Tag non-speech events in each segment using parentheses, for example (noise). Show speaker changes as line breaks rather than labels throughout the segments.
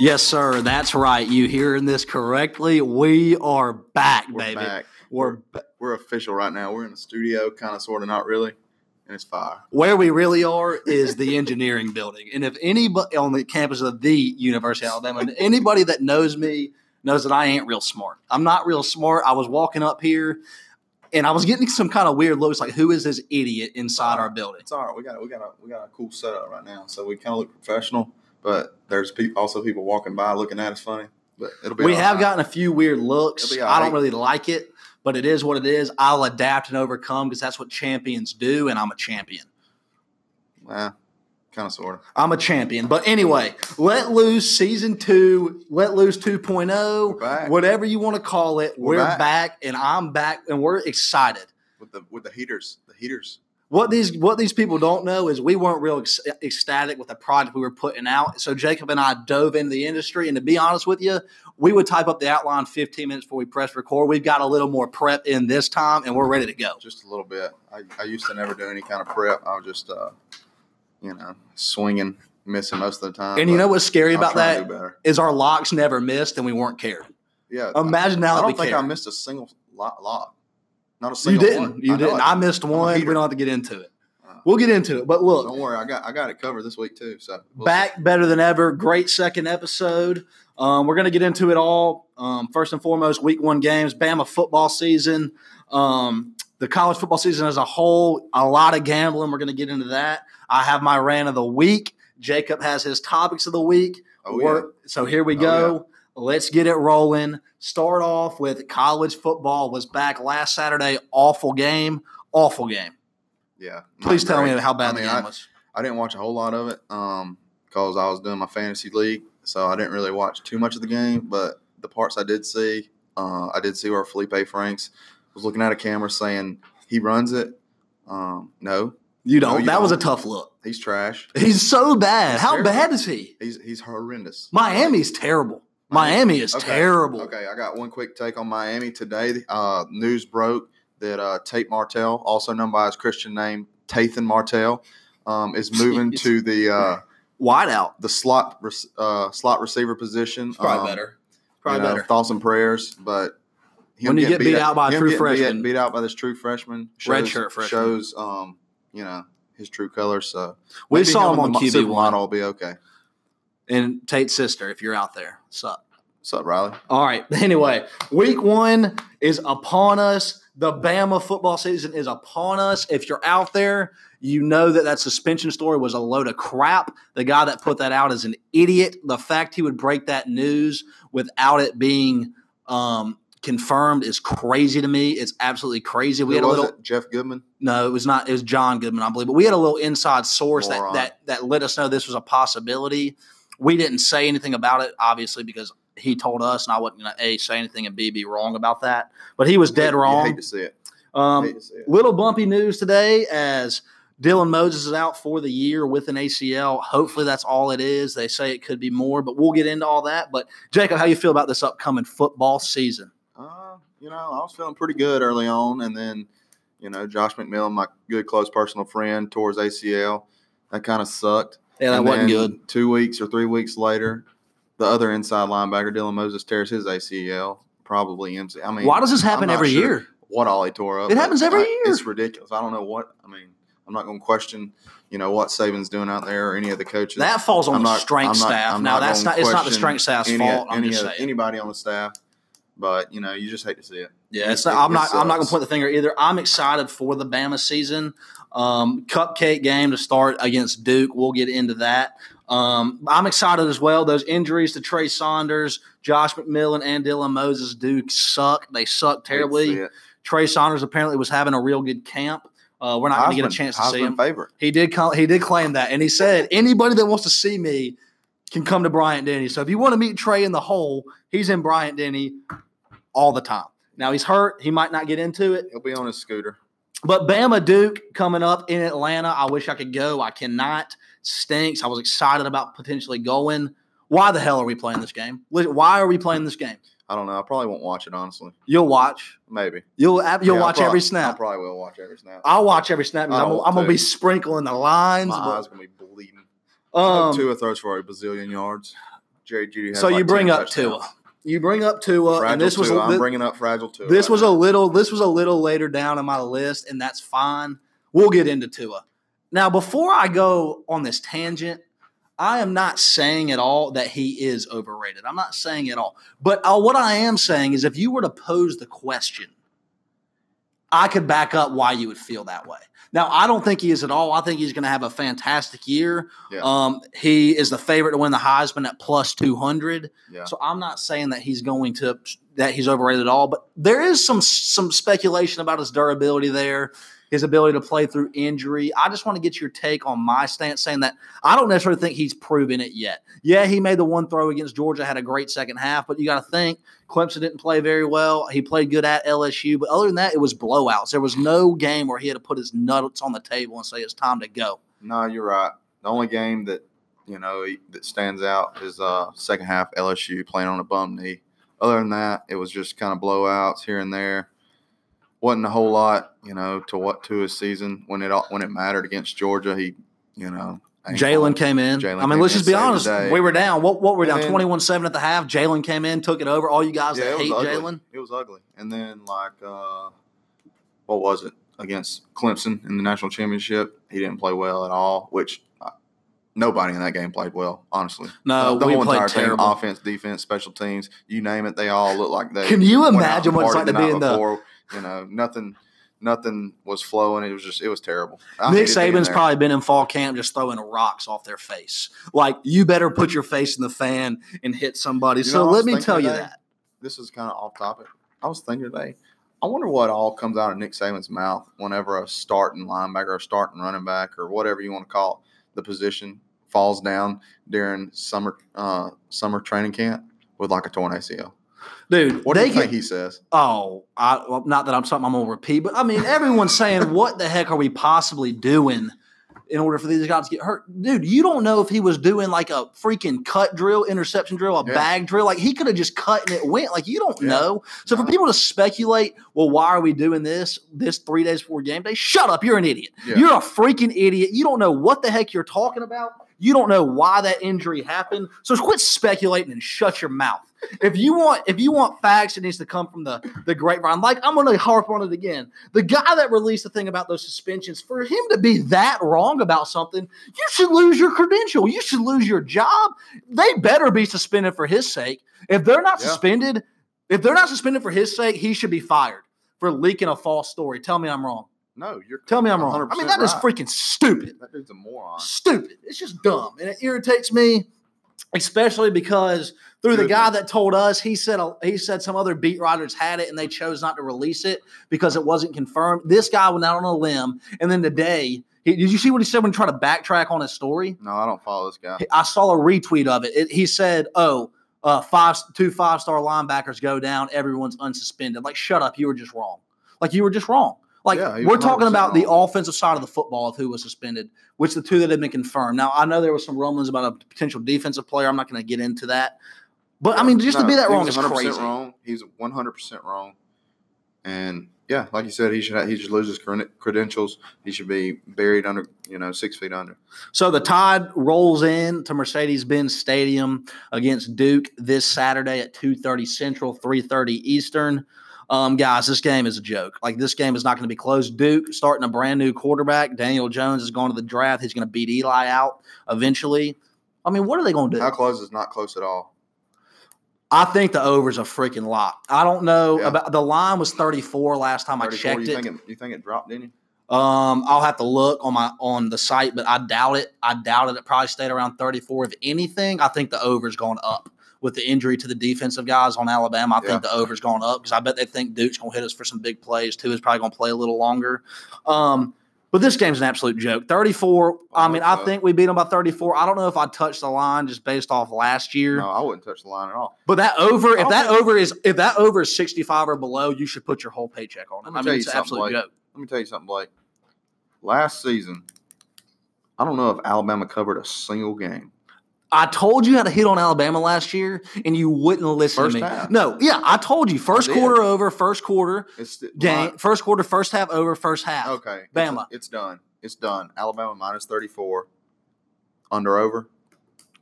Yes, sir. That's right. You hearing this correctly? We are back,
We're
baby.
back.
We're ba-
We're official right now. We're in the studio, kind of, sort of, not really, and it's fire.
where we really are is the engineering building. And if anybody on the campus of the University of Alabama, and anybody that knows me knows that I ain't real smart. I'm not real smart. I was walking up here, and I was getting some kind of weird looks, like who is this idiot inside our building?
It's all right. We got we got a we got a cool setup right now, so we kind of look professional, but there's pe- also people walking by looking at us funny. But it'll be
We
all
have
right.
gotten a few weird looks.
It'll be all
I don't
right.
really like it, but it is what it is. I'll adapt and overcome because that's what champions do, and I'm a champion.
Nah, kind of sort of.
I'm a champion. But anyway, Let Loose season two, Let Loose 2.0,
We're back.
whatever you want to call it. We're,
We're
back.
back.
and I'm back, and we're excited.
with the with the heaters, the heaters.
What these what these people don't know is we weren't real ec- ecstatic with the product we were putting out. So Jacob and I dove into the industry, and to be honest with you, we would type up the outline 15 minutes before we press record. We've got a little more prep in this time, and we're ready to go.
Just a little bit. I, I used to never do any kind of prep. I was just, uh, you know, swinging, missing most of the time.
And you know what's scary about
To do
that
better.
is our locks never missed, and we weren't cared.
Yeah.
Imagine
I
now that we
don't think
cared.
I missed a single lot. lot. Not a
You
single
didn't.
one.
You
I know
didn't.
I
I missed one. We
hater.
don't have to get into it.
Uh,
We'll get into it. But look,
Don't worry, I got I got it covered this week too. So we'll see.
back better than ever. Great second episode. Um, we're going to get into it all. Um, first and foremost, week one games, Bama football season, um, the college football season as a whole, a lot of gambling. We're going to get into that. I have my rant of the week. Jacob has his topics of the week.
Oh, yeah.
We're- So here we
Oh,
go. Let's get it rolling. Start off with college football was back last Saturday. Awful game. Awful game.
yeah. not
Please tell
great.
me how bad
I mean,
the game
I-
was.
I didn't watch a whole lot of it um, because I was doing my fantasy league, so I didn't really watch too much of the game. But the parts I did see, uh, I did see where Felipe Franks was looking at a camera saying he runs it. Um, no,
You don't.
you
that was a
don't.
tough look.
he's trash.
He's so bad.
He's
How
terrible.
bad is he?
He's he's horrendous.
Miami's terrible. Miami is
Okay.
terrible.
Okay, I got one quick take on Miami today. Uh, news broke that uh, Tate Martell, also known by his Christian name Tathan Martell, um,
(laughs)
is moving
Jeez.
to the uh,
Wideout.
the slot rec- uh, slot receiver position. Um,
Probably
you know,
better.
Thoughts and prayers, but him
When you get
getting
beat out by a
him
true
getting beat-
freshman.
beat, out by this true freshman,
Redshirt freshman.
shows um, you know his true colors. So
we
maybe
saw
and
him on
the
QB
Supermodel
one
will be okay.
and Tate's sister. If you're out there, sup.
What's up, Riley?
All right. (laughs) Anyway, week one is upon us. The Bama football season is upon us. If you're out there, you know that that suspension story was a load of crap. The guy that put that out is an idiot. The fact he would break that news without it being um, confirmed is crazy to me. It's absolutely crazy.
Who
We had a
was
little.
it? Jeff Goodman.
No, it was not. It was John Goodman, I believe. But we had a little inside source that,
Moron.
that that let us know this was a possibility. We didn't say anything about it, obviously, because he told us, and I wasn't going to a say anything and b be wrong about that. But he was dead
You
wrong.
hate to see it.
Um,
hate to see it.
little bumpy news today as Dylan Moses is out for the year with an ACL. Hopefully, that's all it is. They say it could be more, but we'll get into all that. But Jacob, how you feel about this upcoming football season?
Uh, you know, I was feeling pretty good early on, and then, you know, Josh McMillan, my good close personal friend, tore his ACL. That kind of sucked.
Yeah, that
And
wasn't
then
good.
Two weeks or three weeks later, the other inside linebacker, Dylan Moses, tears his ACL. Probably MC. I mean,
Why does this happen
not
every
sure.
year?
what all he tore up?
It happens every
I-
year.
It's ridiculous. I don't know what. I mean, I'm not going to question, you know, what Saban's doing out there or any of the coaches.
That falls on
I'm
the
not-
strength
I'm not-
staff.
I'm
now
not
that's
gonna
not it's not the
question
strength staff's
any,
fault. I'm
any
just
of-
saying.
anybody on the staff, but you know, you just hate to see it.
yeah, it's
it-
not, I'm
it
not I'm not gonna
sucks.
point the finger either. I'm excited for the Bama season. Um, cupcake game to start against Duke. We'll get into that. Um, I'm excited as well. Those injuries to Trey Saunders, Josh McMillan, and Dylan Moses do suck. They suck
Hate to see
terribly.
it.
Trey Saunders apparently was having a real good camp. Uh, we're not going to get a
Heisman-
chance to see
Heisman
him.
favorite.
He did call, he did claim that, and he said anybody that wants to see me can come to Bryant Denny. So if you want to meet Trey in the hole, he's in Bryant Denny all the time. Now he's hurt; he might not get into it.
He'll be on his scooter.
But Bama Duke coming up in Atlanta. I wish I could go. I cannot. Stinks. I was excited about potentially going. Why the hell are we playing this game? Li- Why are we playing this game?
I don't know. I probably won't watch it honestly.
You'll watch.
Maybe
You'll ab- you'll
Yeah, I
watch
prob-
every
I
snap.
probably will watch every snap.
I'll watch every snap. because
I
I'm,
will
I'm gonna
too.
be sprinkling the lines.
My
but-
eyes gonna be bleeding.
Um,
Tua throws for a bazillion yards. Jerry Judy. Has
so
like
you bring
10
up
touchdowns.
Tua. You bring up Tua,
Fragile
and this was
Tua. I'm
thi-
bringing up fragile Tua.
this
right
was
now.
a little this was a little later down on my list, and that's fine. We'll get into Tua. Now, before I go on this tangent, I am not saying at all that he is overrated. I'm not saying at all. But uh, what I am saying is, if you were to pose the question, I could back up why you would feel that way. Now, I don't think he is at all. I think he's going to have a fantastic year.
Yeah.
Um, he is the favorite to win the Heisman at plus 200.
Yeah.
So I'm not saying that he's going to that he's overrated at all, but there is some some speculation about his durability there, his ability to play through injury. I just want to get your take on my stance saying that I don't necessarily think he's proven it yet. Yeah, he made the one throw against Georgia, had a great second half, but you got to think Clemson didn't play very well. He played good at LSU, but other than that, it was blowouts. There was no game where he had to put his nuts on the table and say it's time to go.
No, you're right. The only game that you know he- that stands out is uh second half LSU playing on a bum knee. Other than that, it was just kind of blowouts here and there. wasn't a whole lot, you know, to what to his season when it all, when it mattered against Georgia. He, you know, ain't
Jalen came in.
Jalen
I mean,
came
let's
in,
just be
saved the
honest.
day.
We were down. What what were we
And
down?
then-
Twenty one seven at the half. Jalen came in, took it over. All you guys that hate
ugly.
Jalen.
It was ugly. And then like uh what was it against Clemson in the national championship? He didn't play well at all, which uh, nobody in that game played well, honestly.
No,
Uh, the, the
Uh, we
whole
played
entire
terrible.
team, offense, defense, special teams, you name it, they all looked like they
Can you
went out
imagine
and
what it's
partied
like to be
night
in the
before. you know, nothing nothing was flowing. It was just it was terrible. I
Nick
hated being
Saban's
there.
probably been in fall camp just throwing rocks off their face. Like you better put your face in the fan and hit somebody.
You know
so
what I was
let me
thinking
tell you
today?
that.
this is kind of off topic. I was thinking today, I wonder what all comes out of Nick Saban's mouth whenever a starting linebacker, a starting running back, or whatever you want to call the position falls down during summer uh, summer training camp with like a torn ACL.
Dude,
What do
they
you
can,
think he says?
Oh, I, well, not that I'm something I'm going to repeat, but I mean, everyone's
(laughs)
saying, what the heck are we possibly doing in order for these guys to get hurt? Dude, you don't know if he was doing like a freaking cut drill, interception drill, a
Yeah.
bag drill. Like he could have just cut and it went. Like you don't
Yeah.
know. So for
No.
people to speculate, well, why are we doing this this three days before game day? Shut up. You're an idiot.
Yeah.
You're a freaking idiot. You don't know what the heck you're talking about. You don't know why that injury happened. So quit speculating and shut your mouth. If you want, if you want facts, it needs to come from the the grapevine. Like I'm going to harp on it again. The guy that released the thing about those suspensions, for him to be that wrong about something, you should lose your credential. You should lose your job. They better be suspended for his sake. If they're not
Yeah.
suspended, if they're not suspended for his sake, he should be fired for leaking a false story. Tell me I'm wrong.
No, you're
Tell me I'm wrong. I mean, that is
100% right.
freaking stupid.
That dude's a moron.
Stupid. It's just dumb. And it irritates me, especially because through the
Good
guy
one.
that told us, he said he said some other beat writers had it and they chose not to release it because it wasn't confirmed. This guy went out on a limb. And then today, he, did you see what he said when he tried to backtrack on his story?
No, I don't follow this guy.
I saw a retweet of it. it he said, "Oh, uh, five two five star linebackers go down. Everyone's unsuspended." Like, shut up! You were just wrong. Like, you were just wrong. Like,
Yeah, he
we're
was
talking about the
100% wrong.
offensive side of the football of who was suspended, which the two that have been confirmed. Now, I know there was some rumblings about a potential defensive player. I'm not going to get into that, but I mean, just to
No,
be that
he
wrong
was
is
100%
crazy.
Wrong. He's 100% wrong. And yeah, like you said, he should he should lose his creden- credentials. He should be buried under, you know, six feet under.
So the Tide rolls in to Mercedes-Benz Stadium against Duke this Saturday at 2:30 Central, 3:30 Eastern. Um, guys, this game is a joke. Like this game is not going to be close. Duke starting a brand new quarterback. Daniel Jones is going to the draft. He's going to beat Eli out eventually. I mean, what are they going to do?
How close is not close at all?
I think the over's a freaking lot. I don't know
Yeah.
about the line was 34 last time I
34,
checked
you
it.
Think it. You think it dropped, didn't you?
Um, I'll have to look on my on the site, but I doubt it. I doubt it. It probably stayed around 34. If anything, I think the over's gone up with the injury to the defensive guys on Alabama. I
Yeah.
think the over's gone up because I bet they think Duke's gonna hit us for some big plays. Two is probably gonna play a little longer. Um, but this game's an absolute joke. 34. I
I
mean,
hope
I
so.
think we beat them by 34. I don't know if I touched the line just based off last year.
No, I wouldn't touch the line at all.
But that over, if
I'll
that
tell you-
over is if that over is 65 or below, you should put your whole paycheck on
Let
it.
me
I
tell
mean,
you
it's an
something,
absolute
Blake.
joke.
Let Let me tell you something, Blake. Last season, I don't know if Alabama covered a single game.
I told you how to hit on Alabama last year, and you wouldn't listen
First
to me.
half.
No, yeah, I told you. First
did.
quarter over, first quarter
It's sti-
game, first quarter, first half over, first half.
Okay. It's-
Bama.
It's, done. It's done. Alabama minus 34. Under over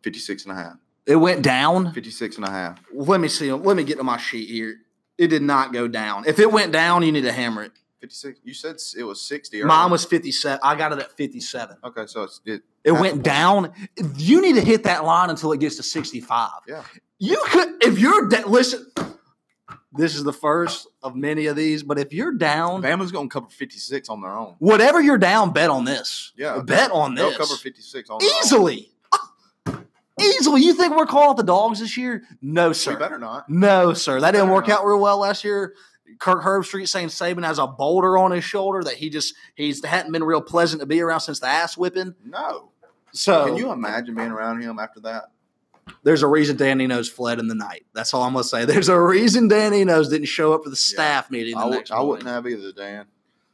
56 and a half.
It went down.
56 and a half.
Let me see. Let me get to my sheet here. It did not go down. If it went down, you need to hammer it.
56. You said s- it was 60. earlier.
Mine was fifty-seven. I got it at fifty-seven.
Okay, so it's it,
It
Half
went down. You need to hit that line until it gets to 65.
Yeah.
You could, if you're, da- listen, this is the first of many of these, but if you're down,
Bama's going to cover 56 on their own.
whatever you're down, bet on this.
Yeah.
Bet on
They'll
this.
cover 56 on their own.
Easily. (laughs) Easily. You think we're calling out the dogs this year? No,
We
sir.
better not.
No, sir. That didn't
better
work
not.
out real well last year. Kirk Herbstreit saying Saban has a boulder on his shoulder that he just he's hadn't been real pleasant to be around since the ass whipping.
No.
So
Can you imagine being around him after that?
there's a reason Dan Enos fled in the night. That's all I'm gonna say. There's a reason Dan Enos didn't show up for the staff meeting. The
I, would,
next
I wouldn't
morning.
have either, Dan.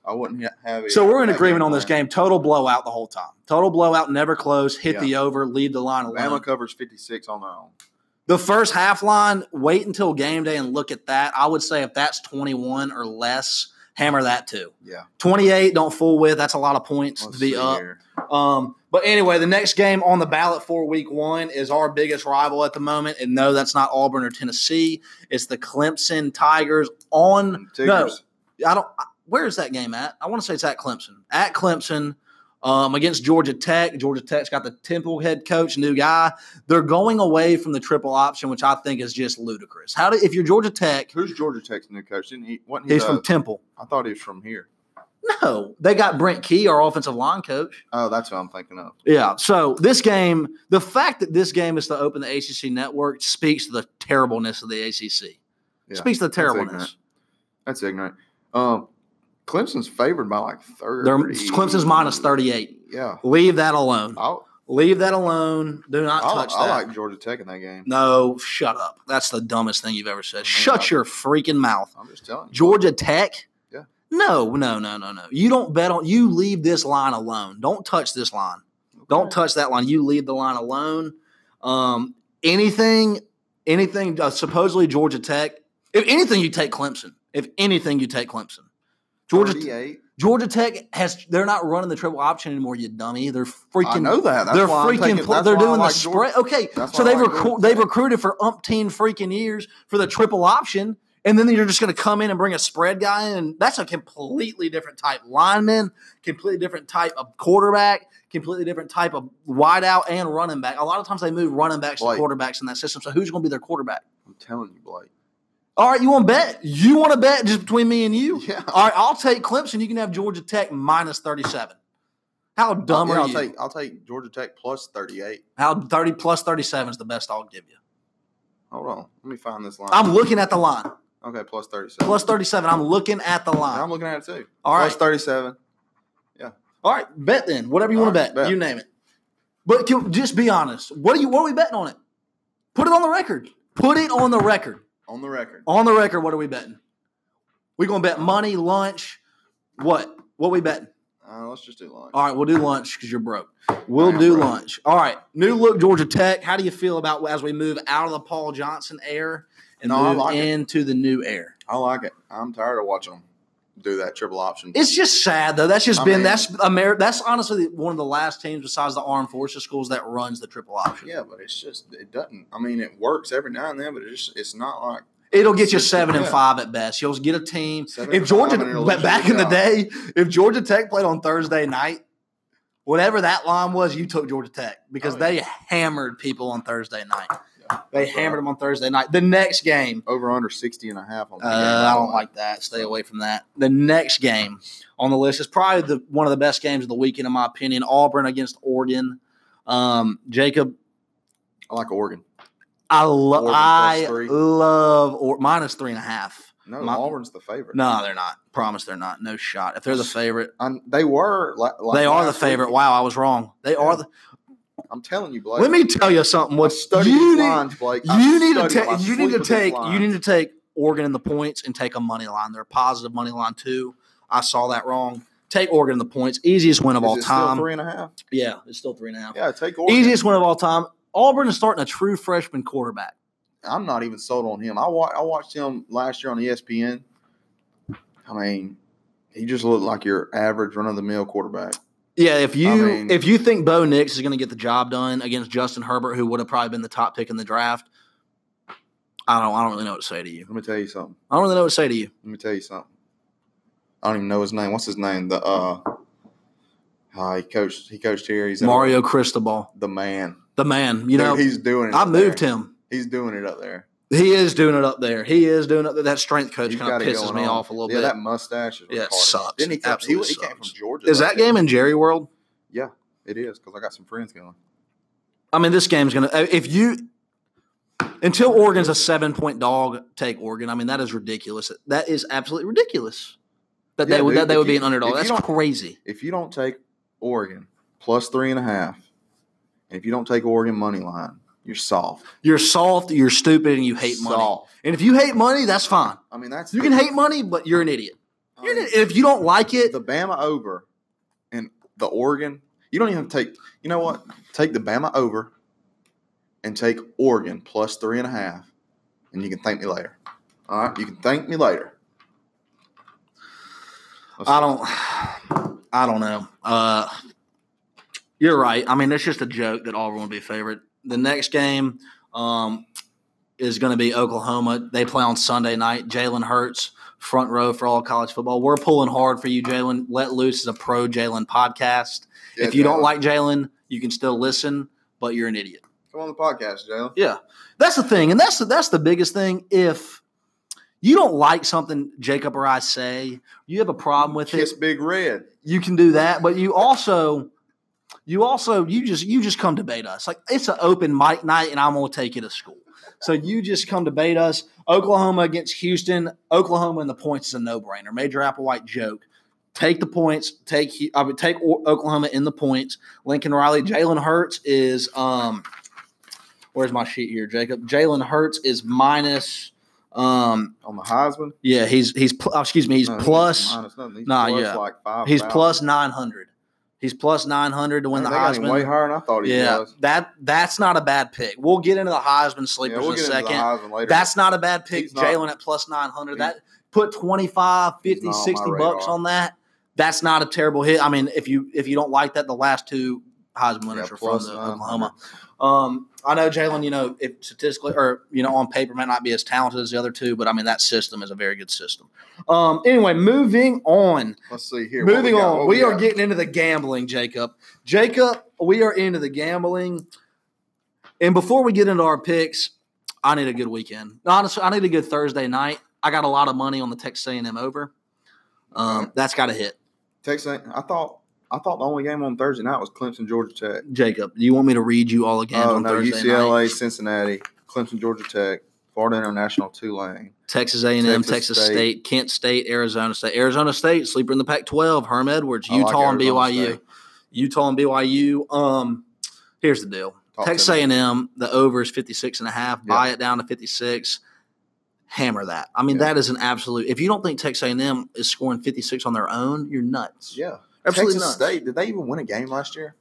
I wouldn't ha- have either.
So we're in
That
agreement on this
plan.
game. Total blowout the whole time. Total blowout, never close. Hit
Yeah.
the over, leave the line alone.
Bama covers 56 on their own.
The first half line, wait until game day and look at that. I would say if that's 21 or less, hammer that too.
Yeah.
28, don't fool with. That's a lot of points
Let's
to be
see
up.
here.
Um, but anyway, the next game on the ballot for week one is our biggest rival at the moment. And no, that's not Auburn or Tennessee. It's the Clemson Tigers on. No,
Tigers.
I don't. I- Where is that game at? I want to say it's at Clemson. At Clemson um, against Georgia Tech. Georgia Tech's got the Temple head coach, new guy. They're going away from the triple option, which I think is just ludicrous. How do if you're Georgia Tech,
Who's Georgia Tech's new coach? Didn't he? Wasn't he
he's
the-
from Temple.
I thought he was from here.
No, they got Brent Key, our offensive line coach.
Oh, that's what I'm thinking of.
Yeah. So this game, the fact that this game is to open the ACC network speaks to the terribleness of the ACC.
Yeah,
speaks to the
ignorant.
terribleness.
That's ignorant. Um, Clemson's favored by like 30.
They're, Clemson's minus 38.
Yeah.
Leave that alone.
I,
Leave that alone. Do not
I,
touch
I
that.
like Georgia Tech in that game.
no, shut up. That's the dumbest thing you've ever said. Shut your freaking mouth.
I'm just telling you.
Georgia Tech?
Yeah.
No, no, no, no, no. You don't bet on you leave this line alone. Don't touch this line. Don't touch that line. You leave the line alone. Um, anything, anything. Uh, supposedly Georgia Tech. If anything, you take Clemson. If anything, you take Clemson. Georgia
38.
Georgia Tech has. They're not running the triple option anymore. You dummy. They're freaking.
I know that. That's
They're
why I'm
freaking.
taking-
pl-
that's
they're
why I
doing
like
the
Georgia-
spread. Okay,
That's
so
why I
they've
like
recru-
Georgia
they've
Tech.
recruited for umpteen freaking years for the triple option, and then you're just going to come in and bring a spread guy in. and That's a completely different type lineman, completely different type of quarterback, completely different type of wideout and running back. A lot of times they move running backs
Blake.
to quarterbacks in that system. So who's going to be their quarterback?
I'm telling you, Blake.
All right, you want to bet? You want to bet just between me and you?
(laughs) Yeah.
All right, I'll take Clemson. You can have Georgia Tech minus thirty-seven. How dumb
Yeah,
are
I'll
you?
take I'll take Georgia Tech plus 38.
How thirty plus thirty-seven is the best I'll give you.
Hold on. Let me find this line.
I'm looking at the line.
okay, plus 37.
Plus 37. I'm looking at the
I'm
line.
looking at it too.
All right.
Plus 37.
All right. Bet then. Whatever you
All
want
right,
to bet.
bet.
You name it. But can, just be honest. What are you what are we betting on it? Put it on the record. Put it on the record.
On the record.
On the record, what are we betting? We're gonna bet money, lunch, what? What we betting?
Uh, let's just do lunch.
All right, we'll do lunch because you're broke. We'll
am
do
broke.
lunch. All right. New look Georgia Tech. How do you feel about as we move out of the Paul Johnson air and
No, I
move
like it.
into the new air?
I like it. I'm tired of watching them do that triple option.
It's just sad though. That's just
I
been
mean-
that's Ameri- That's honestly one of the last teams besides the Armed Forces schools that runs the triple option.
Yeah, but it's just it doesn't. I mean, it works every now and then, but it's just it's not like
It'll get you
It's just-
seven and
yeah.
five at best. You'll get a team.
Seven
If
and five
Georgia,
and it'll
but
lose
back
your
in the
job.
day, if Georgia Tech played on Thursday night, whatever that line was, you took Georgia Tech because
Oh, yeah.
they hammered people on Thursday night.
Yeah.
They
That's
hammered them on Thursday night. The next game,
over under 60 and a half on the game.
Uh, I don't like that. Stay away from that. The next game on the list is probably the one of the best games of the weekend, in my opinion. Auburn against Oregon. Um, Jacob,
I like Oregon.
I
Auburn
love.
plus
I
three.
love or minus three and a half.
No,
My-
Auburn's the favorite.
No, they're not. Promise, they're not. No shot. If they're the favorite,
I'm, they were like, like
they are the
last
favorite.
week.
Wow, I was wrong. They are the.
I'm telling you, Blake.
Let me tell you something.
I
What's
studied
you
these
need?
lines, Blake. I
You need to
studied them. I
take. You need
sleep with
to
these
take. You
lines.
need to take Oregon in the points and take a money line. They're a positive money line too. I saw that wrong. Take Oregon the points. Easiest win of
Is
all
it still
time.
three and a half.
Yeah, it's still three and a half.
Yeah, take Oregon.
Easiest win of all time. Auburn is starting a true freshman quarterback.
I'm not even sold on him. I wa- I watched him last year on E ESPN. I mean, he just looked like your average run of the mill quarterback.
Yeah, if you
mean-
if you think Bo Nix is going to get the job done against Justin Herbert, who would have probably been the top pick in the draft, I don't I don't really know what to say to you.
Let me tell you something.
I don't really know what to say to you.
Let me tell you something. I don't even know his name. What's his name? The uh, uh he coached. He coached here. He's in-
Mario Cristobal,
the man.
the man.
Dude,
You know,
he's doing it.
I
up
moved
there.
him.
He's doing it up there.
He is doing it up there. He is doing up there. That strength coach
He's
kind of
got it
pisses
going
me
on.
off a little
yeah,
bit.
that mustache is
Yeah, it
retarded.
sucks.
Didn't he, come, he,
Absolutely
he came
sucks.
from Georgia.
Is
like
that game in Jerry World?
It is because I got some friends going.
I mean, this game's gonna. uh, If you until Oregon's a seven point dog, take Oregon. I mean, that is ridiculous. That is absolutely ridiculous. That
Yeah,
they would
dude,
that they
if
would be
you-
an underdog.
if you
That's
don't-
crazy.
If you don't take Oregon plus three and a half, and if you don't take Oregon money line, you're soft.
You're soft. You're stupid, and you hate money.
Soft.
And if you hate money, that's fine.
I mean, that's
You can hate money, but you're an idiot.
I
You're an
mean,
idiot. If you don't like it,
the Bama over and the Oregon. You don't even have to take. You know what? Take the Bama over and take Oregon plus three and a half, and you can thank me later. All right, you can thank me later. Let's
I don't. I don't know. Uh, you're right. I mean, it's just a joke that Auburn will be favorite. The next game um, is going to be Oklahoma. They play on Sunday night. Jalen Hurts, front row for all college football. We're pulling hard for you, Jalen. Let Loose is a pro Jalen podcast.
Yeah,
if you don't
Jalen.
like Jalen, you can still listen, but you're an idiot.
come on the podcast, Jalen.
Yeah, that's the thing, and that's the, that's the biggest thing. If you don't like something Jacob or I say, you have a problem with it
Kiss Big Red.
you can do that but you also you also you just you just come debate us like it's an open mic night and i'm going to take you to school so you just come debate us oklahoma against houston oklahoma and the points is a no-brainer major applewhite joke take the points take Hu- i would take O- oklahoma in the points lincoln riley jalen hurts is um where's my sheet here jacob jalen hurts is minus um
on the Heisman.
yeah he's he's pl- oh, excuse me he's
No,
plus
minus nothing. He's
nah,
plus
yeah.
like five.
He's plus nine hundred. He's plus nine hundred to win the
way
Heisman.
higher than I thought he
Yeah,
was.
that that's not a bad pick. We'll get into the Heisman
Yeah,
sleepers
we'll
in
get
a
into the
second.
Heisman later.
That's not a bad pick.
He's not-
Jalen at plus nine hundred.
He's-
That put 25,
not
50,
on my
60 bucks
radar.
on that. That's not a terrible hit. I mean, if you if you don't like that, the last two Heisman winners
Yeah,
are from
plus
the
900.
Oklahoma. Um, I know Jalen. You know, if statistically or you know on paper might not be as talented as the other two, but I mean that system is a very good system. Um, anyway, moving on.
Let's see here. What
Moving
got?
on,
What
we, are
got?
getting into the gambling, Jacob. Jacob, we are into the gambling. And before we get into our picks, I need a good weekend. Honestly, I need a good Thursday night. I got a lot of money on the Texas A&M over. Um, that's got to hit,
Texas. A- I thought. I thought the only game on Thursday night was Clemson, Georgia Tech.
Jacob. Do you want me to read you all again
oh
on
no,
Thursday night?
UCLA, Cincinnati, Clemson, Georgia Tech, Florida International, Tulane.
Texas A&M, Texas,
Texas
State.
State.
Kent State, Arizona State, Arizona State, sleeper in the Pac-12, Herm Edwards,
Oh, I like
Utah and
Arizona
BYU,
State.
Utah and BYU. Um, here's the deal.
Top
Texas
ten.
A&M, the over is 56 and a half.
Yeah.
Buy it down to 56. Hammer that. I mean,
Yeah.
that is an absolute. If you don't think Texas A&M is scoring 56 on their own, you're nuts.
Yeah,
Absolutely
Texas
nuts.
State. Did they even win a game last year?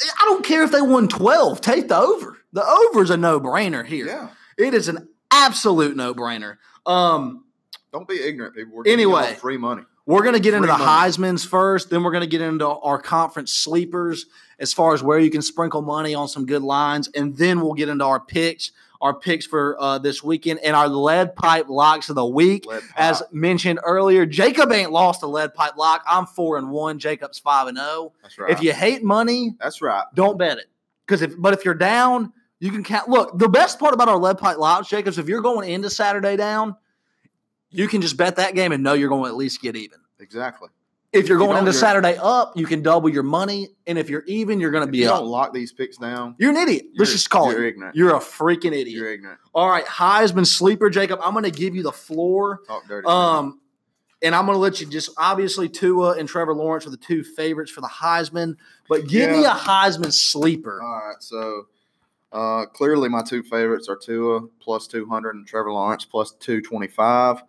I don't care if they won 12. Take the over. The over is a no-brainer here.
Yeah.
It is an absolute no-brainer. Um,
Don't be ignorant, people. We're giving
Anyway.
y'all free money.
We're going to get into
Free
the
money.
Heisman's first, then we're going to get into our conference sleepers as far as where you can sprinkle money on some good lines, and then we'll get into our picks, our picks for uh, this weekend, and our lead pipe locks of the week.
Lead
As
pipe.
mentioned earlier, Jacob ain't lost a lead pipe lock. I'm four and one. Jacob's five and zero.
that's right.
If you hate money,
that's right.
don't bet it. Because if but if you're down, you can count. Look, the best part about our lead pipe locks, Jacobs, if you're going into Saturday down, you can just bet that game and know you're going to at least get even.
Exactly.
If you're
If you
going
don't,
into
you're-
Saturday up, you can double your money, and if you're even, you're going to
If
be
you
up.
don't lock these picks down,
You're an idiot. Let's
you're-
just call
you're
it.
ignorant.
You're a freaking idiot.
You're ignorant.
All right, Heisman sleeper, Jacob. I'm going to give you the floor.
Talk dirty.
Um, and I'm going to let you just obviously Tua and Trevor Lawrence are the two favorites for the Heisman, but give me a
Yeah.
Heisman sleeper.
All right, so uh, clearly my two favorites are Tua plus two hundred and Trevor Lawrence plus two twenty five.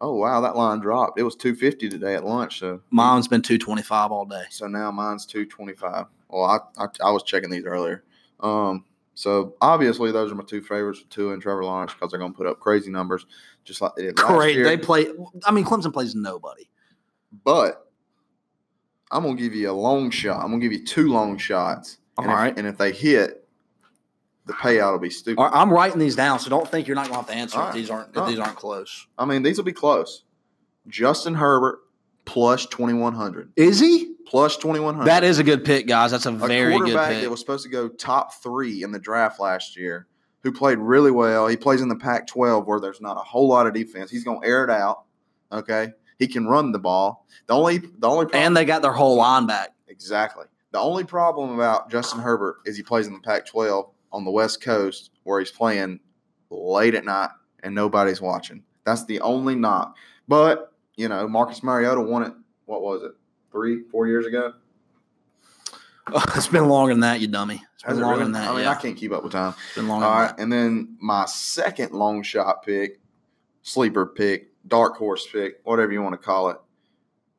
oh wow, that line dropped. It was two fifty today at lunch. So
Mine's been 225 all day.
So now mine's two twenty five. Well, I, I I was checking these earlier. Um, so obviously those are my two favorites, two and Trevor Lawrence, because they're gonna put up crazy numbers, just like they did last
Great.
year.
They play. I mean, Clemson plays nobody.
But I'm gonna give you a long shot. I'm gonna give you two long shots. And
All
if,
right.
And if they hit, the payout will be stupid.
All right, I'm writing these down, so don't think you're not going to have to answer
All
if
right.
these aren't if
No.
these aren't close.
I mean, these will be close. Justin Herbert plus twenty one hundred.
Is he?
Plus twenty one hundred.
That is a good pick, guys. That's a,
a
very good
quarterback
pick.
that was supposed to go top three in the draft last year, who played really well. He plays in the Pac 12 where there's not a whole lot of defense. He's going to air it out. Okay. He can run the ball. The only, the only, problem,
and they got their whole line back.
(laughs) exactly. The only problem about Justin Herbert is he plays in the Pac 12 on the West Coast where he's playing late at night and nobody's watching. That's the only knock. But, you know, Marcus Mariota won it, what was it, three, four years ago?
it's been longer than that, you dummy. It's
Has
been
it
longer
really?
than that.
I mean,
yeah.
I can't keep up with time.
It's been longer
All
than
right, and then my second long shot pick, sleeper pick, dark horse pick, whatever you want to call it.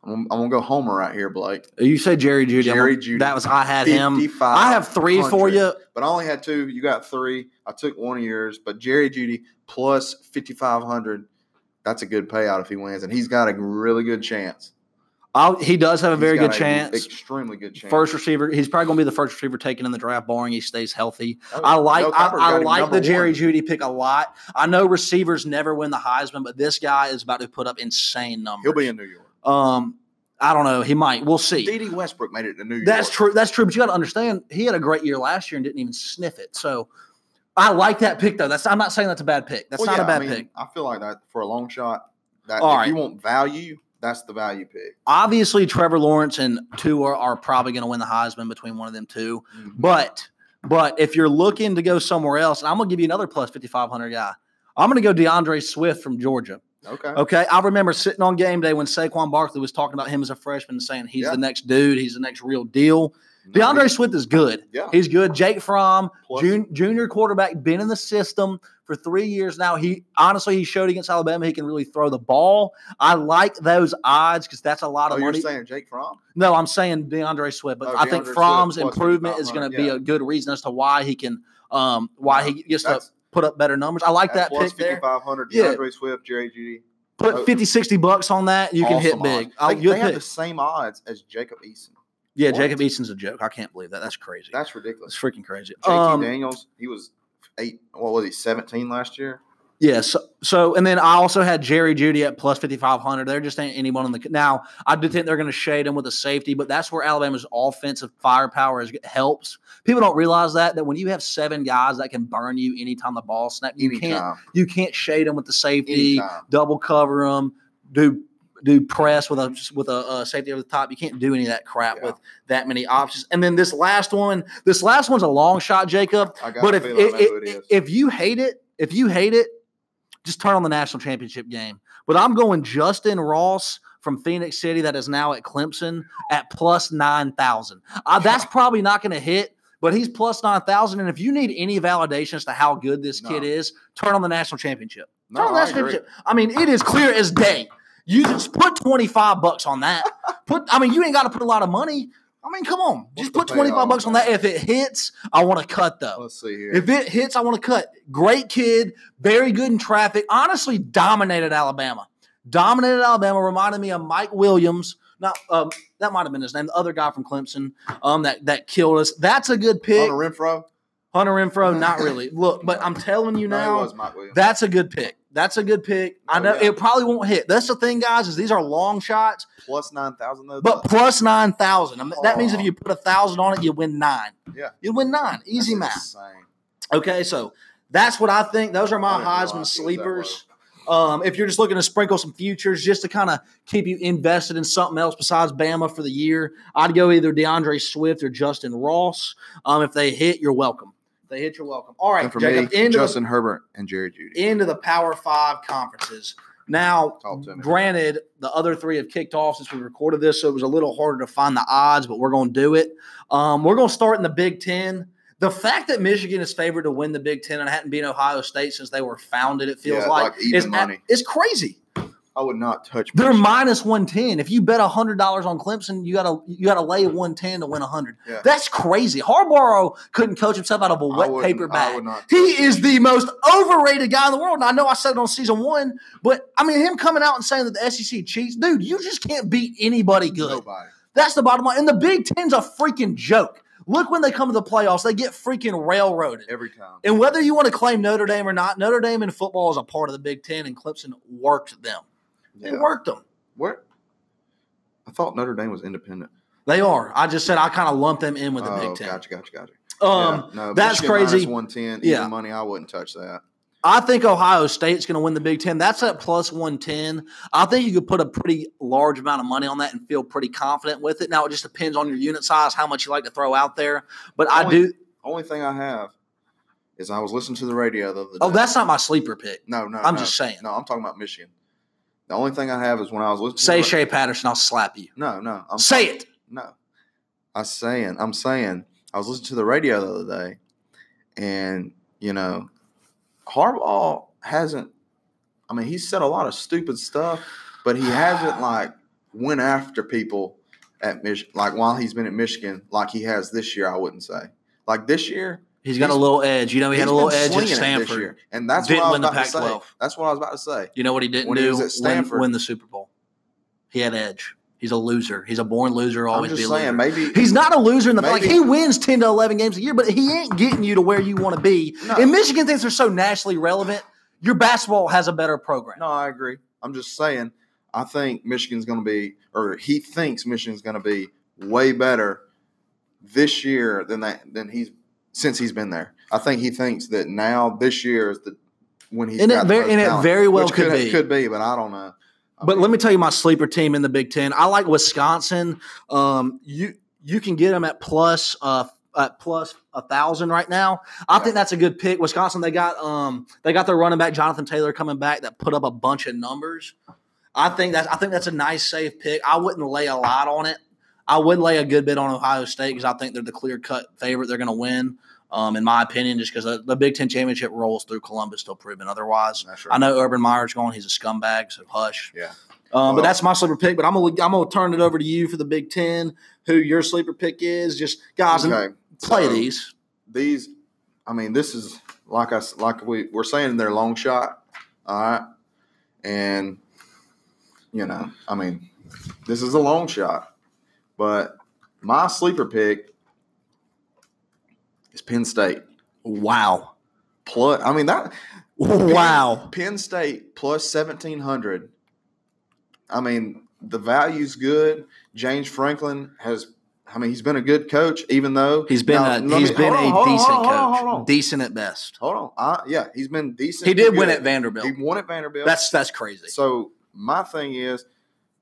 I'm, I'm gonna go Homer right here, Blake.
that. You said Jerry Judy. I'm-
Jerry Judy.
That was I had him.
55.
I have three for you.
but I only had two. You got three. I took one of yours, but Jerry Judy plus 5500. That's a good payout if he wins, and he's got a really good chance.
I'll, he does have a
He's
very
got
good chance.
extremely good chance.
First receiver. He's probably going to be the first receiver taken in the draft, barring he stays healthy.
Oh,
I like
Mel
I,
Kiper
I
got him
like
number
the Jerry
one.
Judy pick a lot. I know receivers never win the Heisman, but this guy is about to put up insane numbers.
He'll be in New York.
Um, I don't know. He might. We'll see.
D.D. Westbrook made it to New York.
That's true. That's true. But you got to understand, he had a great year last year and didn't even sniff it. So I like that pick though. That's I'm not saying that's a bad pick. That's
Well,
not a
yeah,
bad
I
pick.
I feel like that for a long shot. That
All
if
right.
you want value, that's the value pick.
Obviously, Trevor Lawrence and Tua are probably going to win the Heisman between one of them two.
Mm,
But but if you're looking to go somewhere else, and I'm going to give you another plus 5500 guy. I'm going to go DeAndre Swift from Georgia.
Okay.
Okay, I remember sitting on game day when Saquon Barkley was talking about him as a freshman, and saying he's
Yeah.
the next dude, he's the next real deal. DeAndre Swift is good.
Yeah.
He's good. Jake Fromm,
Plus-
jun- junior quarterback, been in the system for three years now. He honestly, he showed against Alabama he can really throw the ball. I like those odds because that's a lot
Oh,
of
you're
money.
saying Jake Fromm?
no, I'm saying DeAndre Swift, but
Oh,
I think
DeAndre
Fromm's
Swift plus
improvement is going
5,500,
to be
yeah.
a good reason as to why he can, um, why he gets to
That's-
put up better numbers. I like
that's
that pick there.
5,500.
Yeah.
DeAndre Swift, Jerry Judy.
Put 50, 60 bucks on that, you can hit
awesome
big.
odds.
I-
They,
good
they have
pick.
the same odds as Jacob Eason.
Yeah,
What?
Jacob Eason's a joke. I can't believe that. That's crazy. That's,
That's ridiculous.
freaking crazy.
J.T.
Um,
Daniels, he was eight. What was he? Seventeen last year.
yeah. So, so, and then I also had Jerry Judy at plus fifty five hundred. There just ain't anyone on the. Now I do think they're going to shade him with a safety, but that's where Alabama's offensive firepower is, helps. People don't realize that that when you have seven guys that can burn you anytime the ball snap, you can't
Anytime.
you can't shade them with the safety.
Anytime.
double cover them, do do press with a with a, uh safety over the top. You can't do any of that crap
Yeah.
with that many options. And then this last one, this last one's a long shot, Jacob.
I got
But
a
if
feeling I
it,
know who it
it,
is.
if you hate it, if you hate it, just turn on the national championship game. But I'm going Justin Ross from Phoenix City that is now at Clemson at plus nine thousand. Uh, that's probably not going to hit. But he's plus 9,000. And if you need any validation as to how good this
No.
kid is, turn on the national championship.
no,
Tell him that's
I agree.
championship. I mean, it is clear as day. You just put twenty five bucks
(laughs)
on that. Put I mean, you ain't got to put a lot of money. I mean, come on, just
the
put twenty
payoff
five bucks on
on
that. If it hits, I want to cut though.
Let's see here.
If it hits, I want to cut. Great kid, very good in traffic. Honestly, dominated Alabama. Dominated Alabama. Reminded me of Mike Williams. Not um, that might have been his name. The other guy from Clemson, um, that that killed us. That's a good pick.
Hunter Renfro.
Hunter Renfro, not really. Look, but I'm telling you
No,
now,
it was Mike Williams.
that's a good pick. That's a good pick. I
Oh,
know
yeah.
it probably won't hit. That's the thing, guys, is these are long shots,
plus nine thousand though.
but plus nine thousand. That means if
Oh.
you put a thousand on it, you win nine.
Yeah.
you win nine. Easy
That's
math.
insane.
Okay, so that's what I think. Those are my
I didn't
Heisman
realize it was that
sleepers. Um, if you're just looking to sprinkle some futures just to kind of keep you invested in something else besides Bama for the year, I'd go either DeAndre Swift or Justin Ross. Um, if they hit, you're welcome. If they hit, you're welcome. All right,
and for
Jacob,
me,
into the
Justin Herbert and Jerry Judy.
into the Power Five conferences. Now,
Talk to me.
granted, the other three have kicked off since we recorded this, so it was a little harder to find the odds, but we're going to do it. Um, we're going to start in the Big Ten. The fact that Michigan is favored to win the Big Ten and hadn't been Ohio State since they were founded, it feels
Yeah,
like,
like even
is,
money.
it's crazy.
I would not touch.
They're
Michigan.
minus one ten. If you bet hundred dollars on Clemson, you gotta you gotta lay one ten to win hundred.
Yeah.
That's crazy. Harbaugh couldn't coach himself out of a
I
wet
wouldn't-
paper
I
bag.
would not.
He is the most overrated guy in the world. And I know I said it on season one, but I mean him coming out and saying that the SEC cheats, dude, you just can't beat anybody good.
Nobody.
That's the bottom line. And the Big Ten's a freaking joke. Look when they come to the playoffs, they get freaking railroaded.
Every time.
And whether you want to claim Notre Dame or not, Notre Dame in football is a part of the Big Ten, and Clemson worked them. They
Yeah.
worked them.
Where? I thought Notre Dame was independent.
They are. I just said I kind of lump them in with the
oh,
Big Ten.
gotcha, gotcha, gotcha. Yeah,
Um,
no,
that's
Michigan minus
crazy.
110.
Yeah.
Even money, I wouldn't touch that.
I think Ohio State's going to win the Big Ten. That's at plus 110. I think you could put a pretty large amount of money on that and feel pretty confident with it. Now, it just depends on your unit size, how much you like to throw out there. But I
Only-
do.
Only thing I have is I was listening to the radio the other day.
Oh, that's not my sleeper pick.
no, no.
I'm
no.
just saying.
no. I'm talking about Michigan. The only thing I have is when I was listening.
Say
to the,
Shea Patterson, I'll slap you.
No, no. I'm
Say it.
No. I was saying, I'm saying, I was listening to the radio the other day, and, you know, Harbaugh hasn't, I mean, he's said a lot of stupid stuff, but he hasn't, like, went after people at Michigan, like, while he's been at Michigan, like he has this year, I wouldn't say. Like, this year,
He's got a
He's-
little edge. You know, he had
he's
a little
been
edge at
slinging it this
Stanford.
year, and that's
Didn't
what I was
win the
about to say.
Pac-12.
That's what I was about to say.
You know what he didn't
When he
do?
was at
win,
Stanford.
win the Super Bowl. He had edge. He's a loser. He's a born loser.
I'm
Always
just
be a
saying,
loser.
maybe
He's not a loser in the like
Maybe-
he wins ten to eleven games a year, but he ain't getting you to where you want to be.
No.
And Michigan thinks they're so nationally relevant. Your basketball has a better program.
No, I agree. I'm just saying, I think Michigan's going to be, or he thinks Michigan's going to be way better this year than that than he's since he's been there. I think he thinks that now this year is the when he's
And it
got the
ver-
most
and it
talent,
very well
which
could
could
be.
could be, but I don't know. I
But
mean,
let me tell you my sleeper team in the Big Ten. I like Wisconsin. Um, you you can get them at plus uh at plus a thousand right now. I
Yeah.
think that's a good pick. Wisconsin they got um they got their running back Jonathan Taylor coming back that put up a bunch of numbers. I think that's I think that's a nice safe pick. I wouldn't lay a lot on it. I would lay a good bit on Ohio State because I think they're the clear cut favorite. They're going to win, um, in my opinion, just because the, the Big Ten championship rolls through Columbus till proven otherwise.
That's
I
right.
know Urban Meyer's gone. He's a scumbag, so hush.
Yeah.
Um, but
Well-
that's my sleeper pick. But I'm gonna I'm gonna turn it over to you for the Big Ten. Who your sleeper pick is? Just guys, and
okay,
play
so
these.
these. I mean, this is like I s- like we we're saying they're long shot. All right, and you know, I mean, this is a long shot, but my sleeper pick is Penn State.
Wow,
Plus, I mean that
wow.
Penn State plus seventeen hundred. I mean, the value's good. James Franklin has. I mean, he's been a good coach, even though
He's been
Now,
a,
let
he's
me-
been
hold on,
a
hold on,
decent
hold on,
coach,
hold on.
decent at best.
Hold on. I, yeah, he's been decent.
He
to
did win
good.
at Vanderbilt.
He won at Vanderbilt.
That's that's crazy.
so my thing is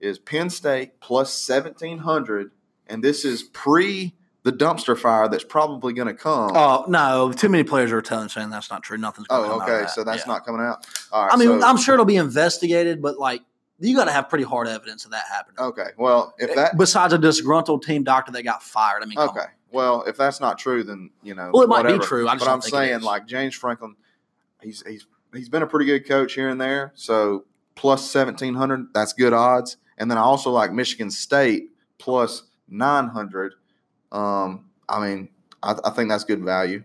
is Penn State plus seventeen hundred, and this is pre the dumpster fire that's probably gonna come.
Oh no, too many players are telling saying that's not true. Nothing's. Going
Oh, okay. So that's not coming out. All right.
I mean,
so-
I'm sure it'll be investigated, but like you got to have pretty hard evidence of that happening.
okay. Well, if that
Besides a disgruntled team doctor that got fired. I mean, come on.
okay. Well, if that's not true, then you know.
Well, it might
whatever.
be true. I
but
just don't
I'm
think it
saying
is.
like James Franklin, he's he's he's been a pretty good coach here and there. So plus seventeen hundred, that's good odds. And then I also like Michigan State plus nine hundred. Um, I mean, I, I think that's good value.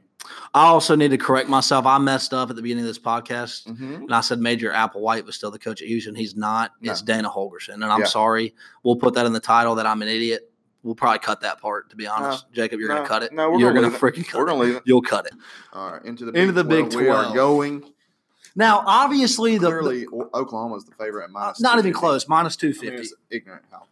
I also need to correct myself. I messed up at the beginning of this podcast.
Mm-hmm.
And I said Major Applewhite was still the coach at Houston. He's not. It's Dana Holgerson. And I'm
Yeah.
sorry. We'll put that in the title that I'm an idiot. We'll probably cut that part, to be honest. Jacob, you're going
no,
to cut it.
no, we're
you're
gonna
going to freaking cut
We're gonna leave it.
it. You'll cut it.
All right, into the
Into the Big
We are
12.
going.
Now, obviously, the,
Clearly, O- Oklahoma's the favorite at
the-
minus.
not
250.
even close, minus
I mean,
250.
it's ignorant how.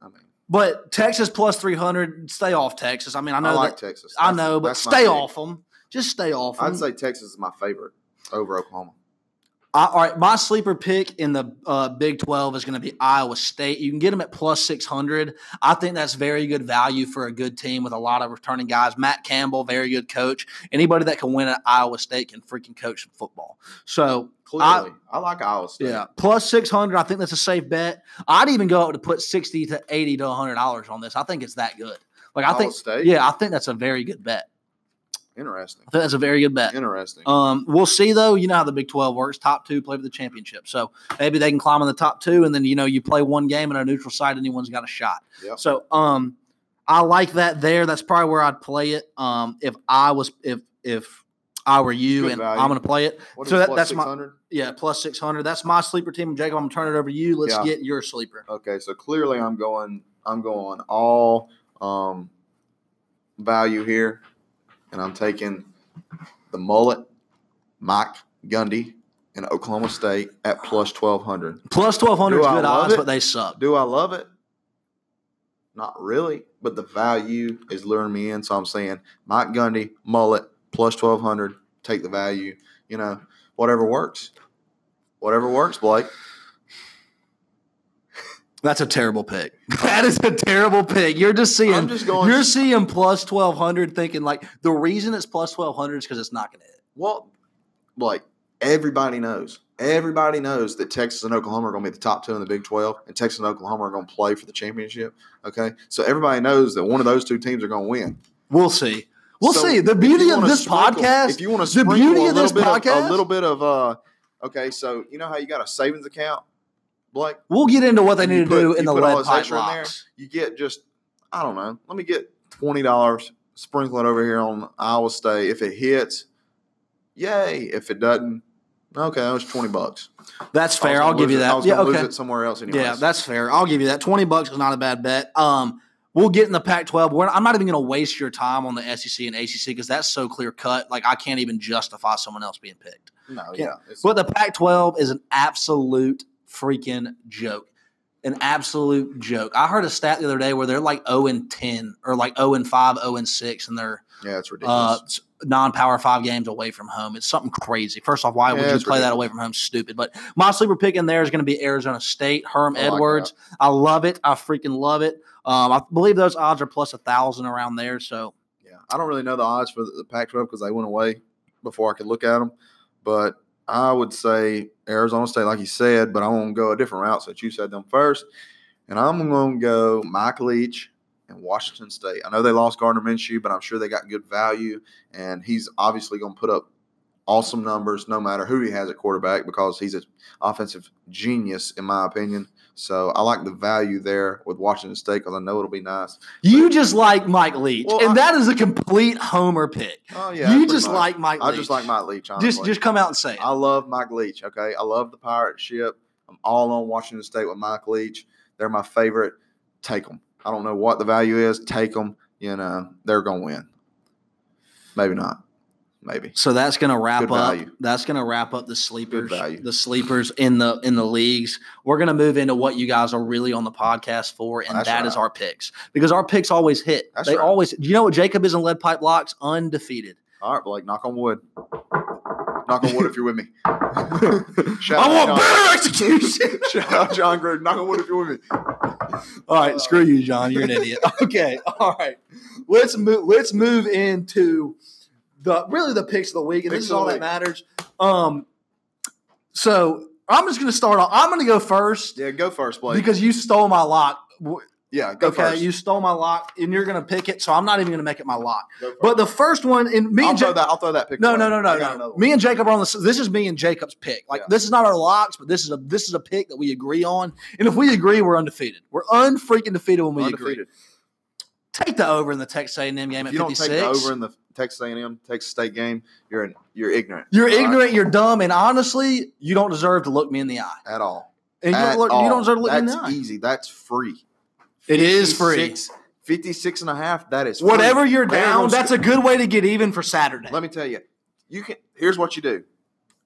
I mean,
but Texas plus 300. Stay off Texas. I mean, I
I,
know.
like
that,
Texas.
I
That's-
know, but
that's my
stay
pick.
off them. Just stay off them.
I'd say Texas is my favorite over Oklahoma.
I, all right, my sleeper pick in the uh, Big Twelve is going to be Iowa State. You can get them at plus six hundred. I think that's very good value for a good team with a lot of returning guys. Matt Campbell, very good coach. Anybody that can win at Iowa State can freaking coach football. So
Clearly, I, like Iowa State.
yeah, plus six hundred. I think that's a safe bet. I'd even go up to put sixty to eighty to hundred dollars on this. I think it's that good. Like I
Iowa
think,
State.
yeah, I think that's a very good bet.
Interesting.
I think that's a very good bet.
Interesting.
Um, we'll see though. You know how the Big Twelve works. Top two play for the championship, so maybe they can climb in the top two, and then you know you play one game in a neutral site, anyone's got a shot.
Yep.
So, um, I like that there. That's probably where I'd play it. Um, if I was if if I were you
Good
and
value.
I'm going to play it,
What
so
is
that-
plus
that's my-
600?
yeah, plus six hundred. That's my sleeper team, Jacob. I'm going to turn it over to you. Let's
Yeah.
get your sleeper.
Okay, so clearly I'm going I'm going all um, value here, and I'm taking the mullet, Mike Gundy, in Oklahoma State at plus twelve hundred.
Plus twelve hundred is
Do I
good
love
odds,
it?
but they suck.
Do I love it? Not really, but the value is luring me in. So I'm saying Mike Gundy, mullet, plus 1200, take the value. You know, whatever works. Whatever works, Blake.
That's a terrible pick. (laughs) That is a terrible pick. You're just seeing.
I'm just going.
you're seeing plus twelve hundred, thinking like the reason it's plus twelve hundred is because it's not going to hit.
Well, Blake, everybody knows. Everybody knows that Texas and Oklahoma are going to be the top two in the Big 12, and Texas and Oklahoma are going to play for the championship. Okay. So everybody knows that one of those two teams are going to win.
We'll see. We'll
So
see. The
if
beauty
you
of
wanna
this
sprinkle-
podcast.
If you want to,
the beauty of this
a
podcast-
little bit of uh, okay. So you know how you got a savings account, Blake?
we'll get into what they
You
need to
put-
do
you
in the
put all
lead
this
pipe
extra in there?
locks.
You get just I don't know. Let me get twenty dollars, sprinkle it over here on Iowa State. If it hits, yay. If it doesn't, okay, that was twenty bucks.
That's fair.
I was
I'll
gonna
give you
lose it- I
that.
was
Yeah,
gonna lose
okay.
it somewhere else. Anyways.
Yeah, that's fair. I'll give you that. Twenty bucks is not a bad bet. Um, we'll get in the Pac-12. We're, I'm not even going to waste your time on the SEC and ACC because that's so clear cut. Like I can't even justify someone else being picked.
no,
can't-
yeah. it's-
But the Pac-12 is an absolute freaking joke. An absolute joke. I heard a stat the other day where they're like 0 and 10 or like 0 and 5, 0 and 6 and they're
yeah, it's ridiculous.
uh, s- non-power five games away from home. It's something crazy. First off, why would
Yeah,
you play
it's
that away from home? Stupid. But my sleeper pick in there is going to be Arizona State. Herm
I like
Edwards. I love it. I freaking love it. Um, I believe those odds are plus a thousand around there. So
Yeah, I don't really know the odds for the, the Pac-12 because they went away before I could look at them. But I would say Arizona State, like you said, but I'm gonna go a different route since you said them first, and I'm gonna go Mike Leach and Washington State. I know they lost Gardner Minshew, but I'm sure they got good value, and he's obviously gonna put up awesome numbers no matter who he has at quarterback because he's an offensive genius in my opinion. So I like the value there with Washington State because I know it'll be nice.
you just like Mike Leach,
Well,
and
I-
that is a complete homer pick.
Oh yeah,
you
pretty
just
much.
like Mike.
I
Leach.
just like Mike Leach. Honestly.
Just, just come out and say it.
I love Mike Leach. Okay, I love the pirate ship. I'm all on Washington State with Mike Leach. They're my favorite. Take them. I don't know what the value is. Take them. You know they're gonna win. Maybe not. Maybe.
So that's going to wrap
Good
up.
value.
That's going to wrap up the sleepers,
value.
the sleepers in the in the leagues. We're going to move into what you guys are really on the podcast for, and
That's
that is
right.
our picks because our picks always hit.
That's
they
right.
always. Do you know what Jacob is in lead pipe locks? Undefeated.
All right, Blake. Knock on wood. Knock on wood if you're
(laughs)
with me. Shout
I
out
want
(laughs)
better execution.
John. (laughs) Shout out John Gruden. Knock on wood if you're with me.
All right, screw
Uh,
you, John. You're an idiot. (laughs) Okay. All right. Let's move. Let's move into the really the picks of the week, and
Picks
this is
of the
all that
week.
matters. Um. So I'm just going to start off. I'm going to go first.
Yeah, go first, Blake.
because you stole my lock. W-
yeah, go
Okay,
first.
you stole my lock, and you're gonna pick it. So I'm not even gonna make it my lock.
Go first.
But the first one, and me
I'll,
and
throw
Jacob.
that, I'll throw that pick.
No,
away.
no, no, no,
I got another
no.
one.
Me and Jacob are on this. This is me and Jacob's pick. Like
Yeah.
this is not our locks, but this is a this is a pick that we agree on. And if we agree, we're undefeated. We're unfreaking defeated when we agree.
Undefeated.
Take the over in the Texas A&M game
If
at
you don't
56.
take the over in the Texas A&M Texas State game, you're an, you're ignorant.
you're
All right?
ignorant. You're dumb, and honestly, you don't deserve to look me in the eye.
at all.
And you
At
don't, look, you
all.
don't deserve to look me in
That's
the eye.
easy. That's free.
It is free.
56 56 and a half, that is free.
Whatever you're
They're
down,
gonna
that's a good way to get even for Saturday.
Let me tell you. You can here's what you do.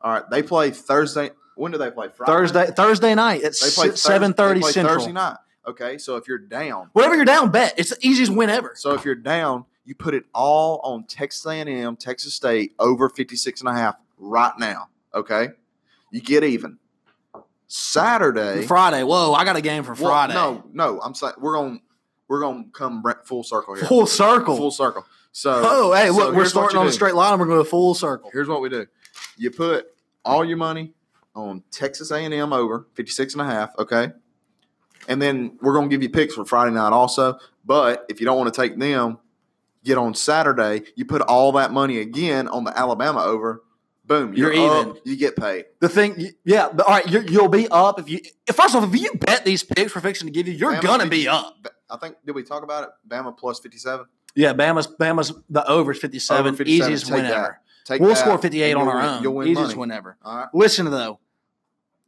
All right, they play Thursday. When do they play? Friday.
Thursday Thursday night at
They play
seven thirty
Thursday,
Central.
Thursday night. Okay, so if you're down,
Whatever you're down, bet it's the easiest win ever.
so if you're down, you put it all on Texas A&M, Texas State over 56 and a half right now, okay? You get even. Saturday
Friday, whoa! I got a game for
Well,
Friday.
no, no. I'm saying we're going we're going to come bra- full circle here.
full circle.
Full circle. So
oh, hey,
so
look, we're
here's what
starting
you
on a
do.
straight line. and We're going to full circle.
Oh. Here's what we do. You put all your money on Texas A&M over 56 and a half, okay? And then we're going to give you picks for Friday night also, but if you don't want to take them, Yet on Saturday, you put all that money again on the Alabama over. Boom,
You're
up,
even.
You get paid.
The thing, yeah, but all right, you're, you'll be up if you. If, first off, if you bet these picks we're fixing to give you, you're
Bama
gonna
50
be up.
Ba- I think did we talk about it? Bama plus fifty seven.
Yeah, Bama's Bama's the over is 57,
Over 57,
easiest
take
win
that.
ever.
Take
We'll
that,
score 58
and
on
you'll
our
win-
own.
You'll win
easiest
money.
win ever.
All right.
Listen though,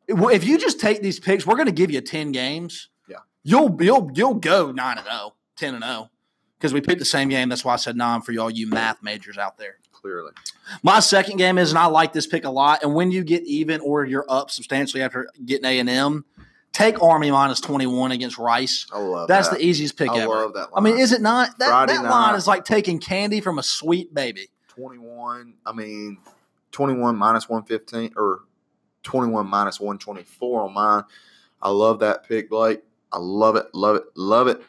if you just take these picks, we're going to give you 10 games.
Yeah.
You'll you'll you'll go 9 and 0, 10 and 0 because we picked the same game. That's why I said 9 for y'all you math majors out there.
Clearly,
My second game is, and I like this pick a lot. And when you get even or you're up substantially after getting A and M, take Army minus twenty one against Rice.
I love
That's
that.
the easiest pick
I
ever.
love that.
I mean,
line.
is it not that,
Friday
that
night.
line is like taking candy from a sweet baby?
21 i mean 21 minus 115 or 21 minus 124 on mine i love that pick blake i love it love it love it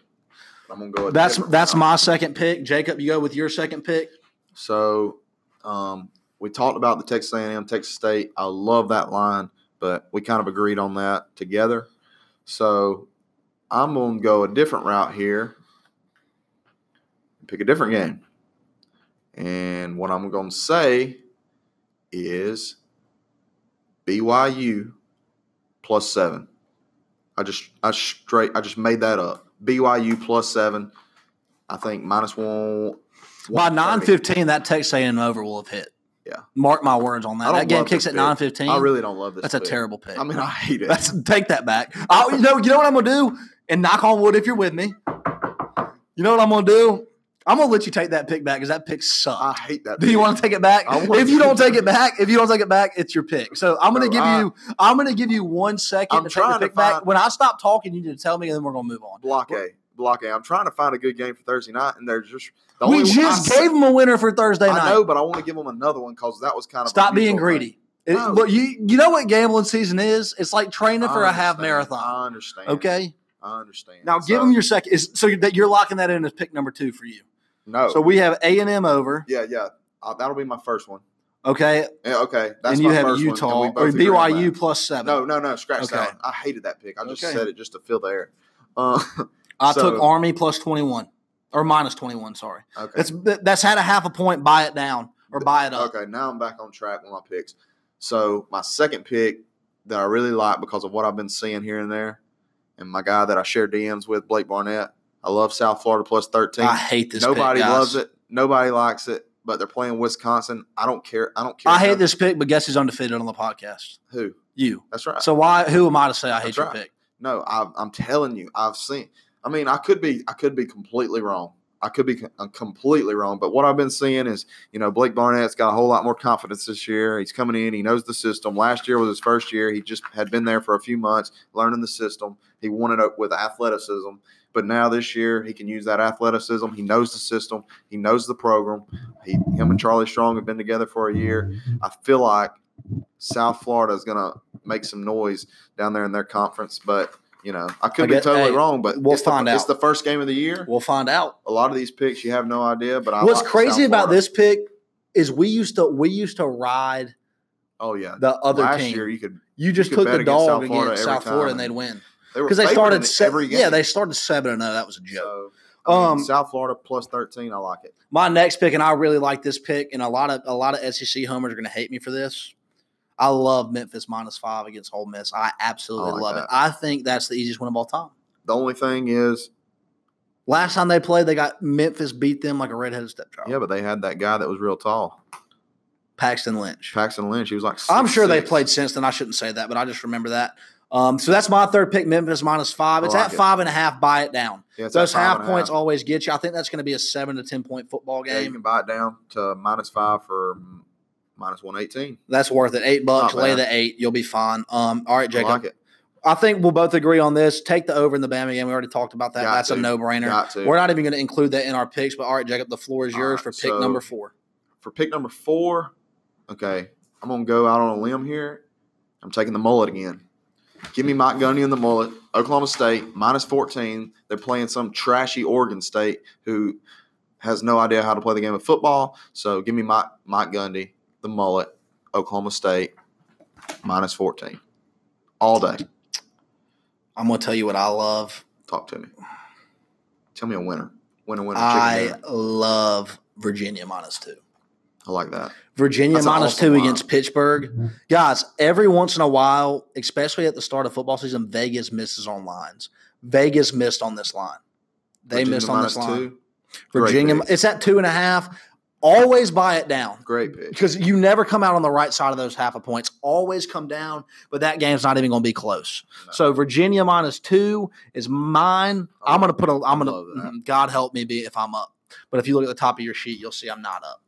i'm gonna go with a
That's
different
that's
route.
my second pick. Jacob, you go with your second pick.
so um, we talked about the texas a&m texas state i love that line but we kind of agreed on that together so i'm gonna go a different route here and pick a different game and what i'm gonna say is BYU plus seven. I just I straight I just made that up. BYU plus seven. I think minus one.
By
130.
nine fifteen, that Texas A&M over will have hit.
Yeah.
mark my words on
I
that.
don't
That game
love
kicks
this
at
pick.
nine fifteen.
I really don't love this.
that's a
pick.
terrible pick. (laughs)
I mean, I hate it.
that's take that back. I, you know, you know what I'm gonna do, and knock on wood if you're with me. You know what I'm gonna do? I'm gonna let you take that pick back because that pick
I
sucked.
hate that.
Do you
pick.
want to take it back?
I want
If you
to.
don't take it back, if you don't take it back, it's your pick. So I'm gonna
No,
give
I-
you, I'm gonna give you one second
I'm
to take
trying
the
to
pick back.
find-
When I stop talking, you need to tell me, and then we're gonna move on.
block A? Block A. I'm trying to find a good game for Thursday night, and they're just the
we
only one-
just
I,
gave him a winner for Thursday
I
night.
know, but I want to give them another one because that was kind of
Stop being
unusual, right?
greedy. It-
No.
look, you you know what gambling season is? It's like
I
training for a half
understand.
marathon.
I understand.
Okay.
I understand.
Now give
So,
them your second. Is, so that you're locking that in as pick number two for you.
no.
So we have A and M over.
yeah, yeah. Uh, that'll be my first one.
Okay,
Yeah, okay, that's
and you
my
have
first one,
Utah
and we both
or
agree on
BYU plus seven.
that. No, no, no. Scratch
Okay.
that. One. I hated that pick. I just
Okay.
said it just to fill the air. Uh, (laughs)
I
so-
took Army plus twenty one or minus twenty one. Sorry,
okay.
that's that's had a half a point. Buy it down or buy it up.
Okay, now I'm back on track with my picks. So my second pick that I really like because of what I've been seeing here and there, and my guy that I share DMs with, Blake Barnett. I love South Florida plus thirteen.
I hate this. pick,
Nobody
guys.
loves it. Nobody likes it. But they're playing Wisconsin. I don't care. I don't care.
I hate this pick, but guess who's undefeated on the podcast?
Who?
You.
That's right.
So why? Who am I to say I hate
That's
your
right.
pick?
No, I, I'm telling you, I've seen. I mean, I could be, I could be completely wrong. I could be com- uh, completely wrong. But what I've been seeing is, you know, Blake Barnett's got a whole lot more confidence this year. He's coming in. He knows the system. Last year was his first year. He just had been there for a few months, learning the system. He won it up with athleticism. But now this year, he can use that athleticism. He knows the system. He knows the program. He, him and Charlie Strong have been together for a year. I feel like South Florida is going to make some noise down there in their conference. But you know, I could
I
be
guess-
totally
hey,
wrong. But
we'll
it's the,
find
It's
out.
the first game of the year.
We'll find out.
A lot of these picks, you have no idea. But I
What's
like
crazy
South
about
Florida.
this pick is we used to we used to ride
Oh yeah,
the other
last
team.
year
you,
you could
just
could
took
bet
the
against South
dog
Florida
against
every
South Florida
time.
and they'd win
were
because they
favored in
started seven.
every game.
Yeah, they started seven and zero. That was a joke.
So, I mean,
Um,
South Florida plus thirteen. I like it.
My next pick, and I really like this pick, and a lot of a lot of SEC homers are going to hate me for this. I love Memphis minus five against Ole Miss. I absolutely
I like
love it.
that.
I think that's the easiest win of all time.
The only thing is,
Last time they played, they got Memphis beat them like a redheaded stepchild.
yeah, but they had that guy that was real tall,
Paxton Lynch.
Paxton Lynch. He was like,
I'm sure they
6'6".
played since then. I shouldn't say that, but I just remember that. Um, so that's my third pick, Memphis minus five.
Oh, I
It's
like
at
it.
five and a half. Buy it down.
Yeah, it's at
Those
five
half
and a
points always get you. I think that's going to be a seven to ten point football
Yeah, you
game.
can buy it down to minus five for mm, minus one eighteen.
That's worth it. Eight bucks.
Not
Lay
bad.
the eight. You'll be fine. Um, all right,
I
Jacob. I,
like it.
think we'll both agree on this. Take the over in the Bama game. We already talked about that.
Got
that's a
to.
no brainer.
Got to.
We're not even going to include that in our picks. But all right, Jacob, the floor is
All
yours
right,
for pick
so-
number four.
for pick number four, okay, I'm gonna go out on a limb here. I'm taking the mullet again. Give me Mike Gundy and the mullet. Oklahoma State minus 14. They're playing some trashy Oregon State who has no idea how to play the game of football. So give me Mike Mike Gundy, the mullet, Oklahoma State minus 14 all day.
I'm going to tell you what I love.
Talk to me. Tell me a winner. Winner, winner, chicken
I
dinner.
love Virginia minus two.
I like that.
Virginia
That's an
minus
awesome
two
line.
against Pittsburgh. Guys, every once in a while, especially at the start of football season, Vegas misses on lines. Vegas missed on this line. They
Virginia
missed on
minus
this line.
two. Great
Virginia,
pick.
it's at two and a half. Always buy it down
Great pick.
because you never come out on the right side of those half a points. Always come down, but that game's not even going to be close.
No.
So Virginia minus two is mine. I'm going to put a. I'm
love
going to.
that.
God help me be if I'm up. But if you look at the top of your sheet, you'll see I'm not up.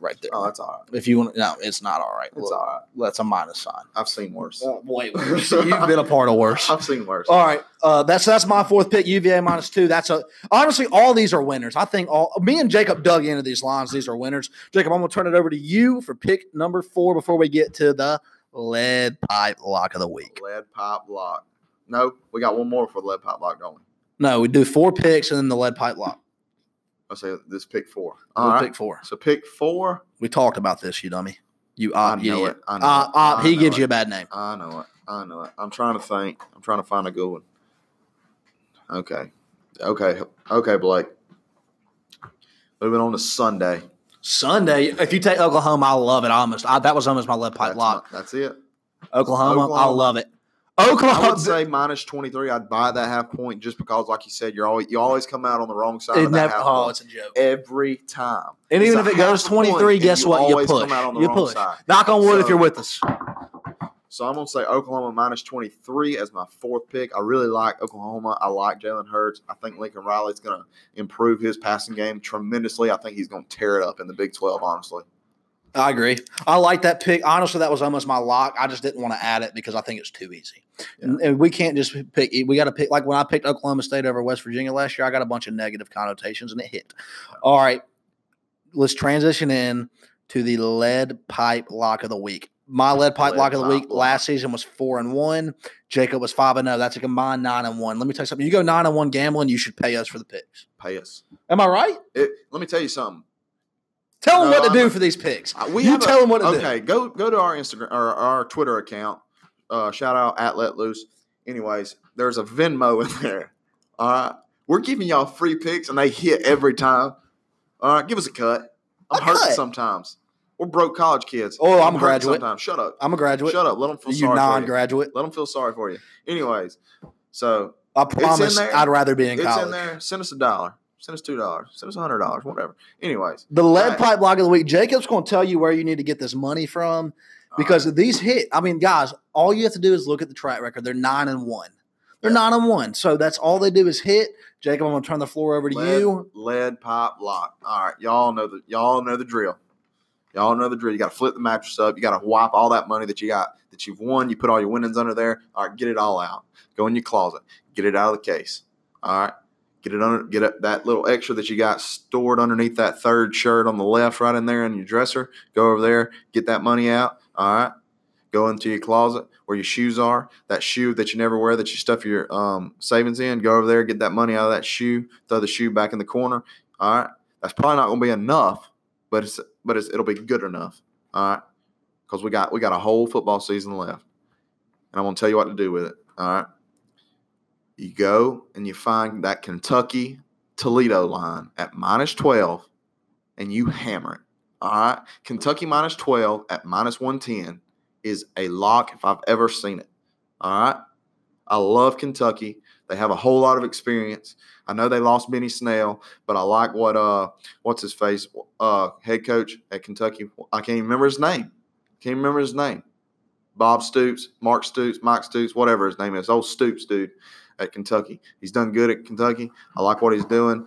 Right there.
Oh, that's all right.
If you want, no, it's not all right.
It's
Well,
all right.
That's a minus sign.
I've seen worse.
(laughs) Way worse. You've been a part of worse.
I've seen worse.
All right, uh, that's that's my fourth pick. UVA minus two. That's a honestly, all these are winners. I think all me and Jacob dug into these lines. These are winners. Jacob, I'm gonna turn it over to you for pick number four before we get to the lead pipe lock of the week.
Lead pipe lock. No, we got one more for the lead pipe lock, don't we?
No, we do four picks and then the lead pipe lock.
I say this pick four.
We'll
All right.
Pick four.
So pick four.
We talked about this, you dummy. You
I
op, you
know
idiot.
it. I know
Uh,
it.
op,
I
he
know
gives
it.
you a bad name.
I know it. I know it. I'm trying to think. I'm trying to find a good one. Okay. Okay. Okay, Blake. Moving on to Sunday.
Sunday, if you take Oklahoma, I love it. Almost, I, that was almost my lead pipe
That's,
lock.
my- that's it.
Oklahoma, I
Oklahoma.
love it.
I
Oklahoma,
would say minus 23. I'd buy that half point just because, like you said, you're always you always come out on the wrong side
it
of that
never,
half
oh,
point
it's a joke.
every time.
And
It's
even
a
if it
half
goes
a point,
23,
and
guess
you
what? You
always
push.
come out on the
You
wrong
push.
side.
Knock on wood if
So-
you're with us.
So I'm gonna say Oklahoma minus 23 as my fourth pick. I really like Oklahoma. I like Jalen Hurts. I think Lincoln Riley's gonna improve his passing game tremendously. I think he's gonna tear it up in the Big 12. Honestly,
I agree. I like that pick. Honestly, that was almost my lock. I just didn't want to add it because I think it's too easy.
Yeah.
And- And we can't just pick. We got to pick. Like when I picked Oklahoma State over West Virginia last year, I got a bunch of negative connotations and it hit. All right. Let's transition in to the lead pipe lock of the week. My lead pipe
Lead
lock of the
pipe
week
lock.
last season was four and one. Jacob was five and zero. That's a combined nine and one. Let me tell you something. You go nine and one gambling, you should pay us for the picks.
pay us.
Am I right?
It, let me tell you something.
Tell them
No,
what to
I'm
do
not-
for these picks.
Uh, We
you
have a-
tell them what to do.
okay, go go to our Instagram or our Twitter account. Uh, shout out at Let Loose. Anyways, there's a Venmo in there. All right, we're giving y'all free picks and they hit every time. All right, give us a cut. I'm
A
hurting
cut?
sometimes. We're broke college kids.
Oh, I'm a
hurting
graduate.
Sometimes shut up,
I'm a graduate.
shut up. Let them feel
you
sorry for you.
non-graduate.
Let them feel sorry for you. Anyways, so
I promise
there.
I'd rather be in
it's
college.
in there. Send us a dollar. Send us two dollars. Send us a hundred dollars. Whatever. Anyways,
The lead
Right.
pipe log of the week. Jacob's going to tell you where you need to get this money from because these hit. I mean, guys, all you have to do is look at the track record. They're nine and one. They're
Yeah.
nine and one. So that's all they do is hit. Jacob, I'm going to turn the floor over to
lead,
you.
lead pipe lock. All right, y'all know the y'all know the drill. Y'all know the drill. You got to flip the mattress up. You got to wipe all that money that you got that you've won. You put all your winnings under there. All right, get it all out. Go in your closet. Get it out of the case. All right, get it under. Get it, that little extra that you got stored underneath that third shirt on the left, right in there in your dresser. Go over there. Get that money out. All right. Go into your closet where your shoes are. That shoe that you never wear that you stuff your um, savings in. Go over there, get that money out of that shoe. Throw the shoe back in the corner. All right. That's probably not going to be enough, but it's but it's, it'll be good enough. All right. Because we got we got a whole football season left, and I'm going to tell you what to do with it. All right. You go and you find that Kentucky Toledo line at minus twelve, and you hammer it. All right. Kentucky minus twelve at minus one ten is a lock if I've ever seen it. All right. I love Kentucky. They have a whole lot of experience. I know they lost Benny Snell, but I like what uh what's his face uh head coach at Kentucky. I can't even remember his name. Can't remember his name. Bob Stoops, Mark Stoops, Mike Stoops, whatever his name is. Old Stoops dude at Kentucky. He's done good at Kentucky. I like what he's doing.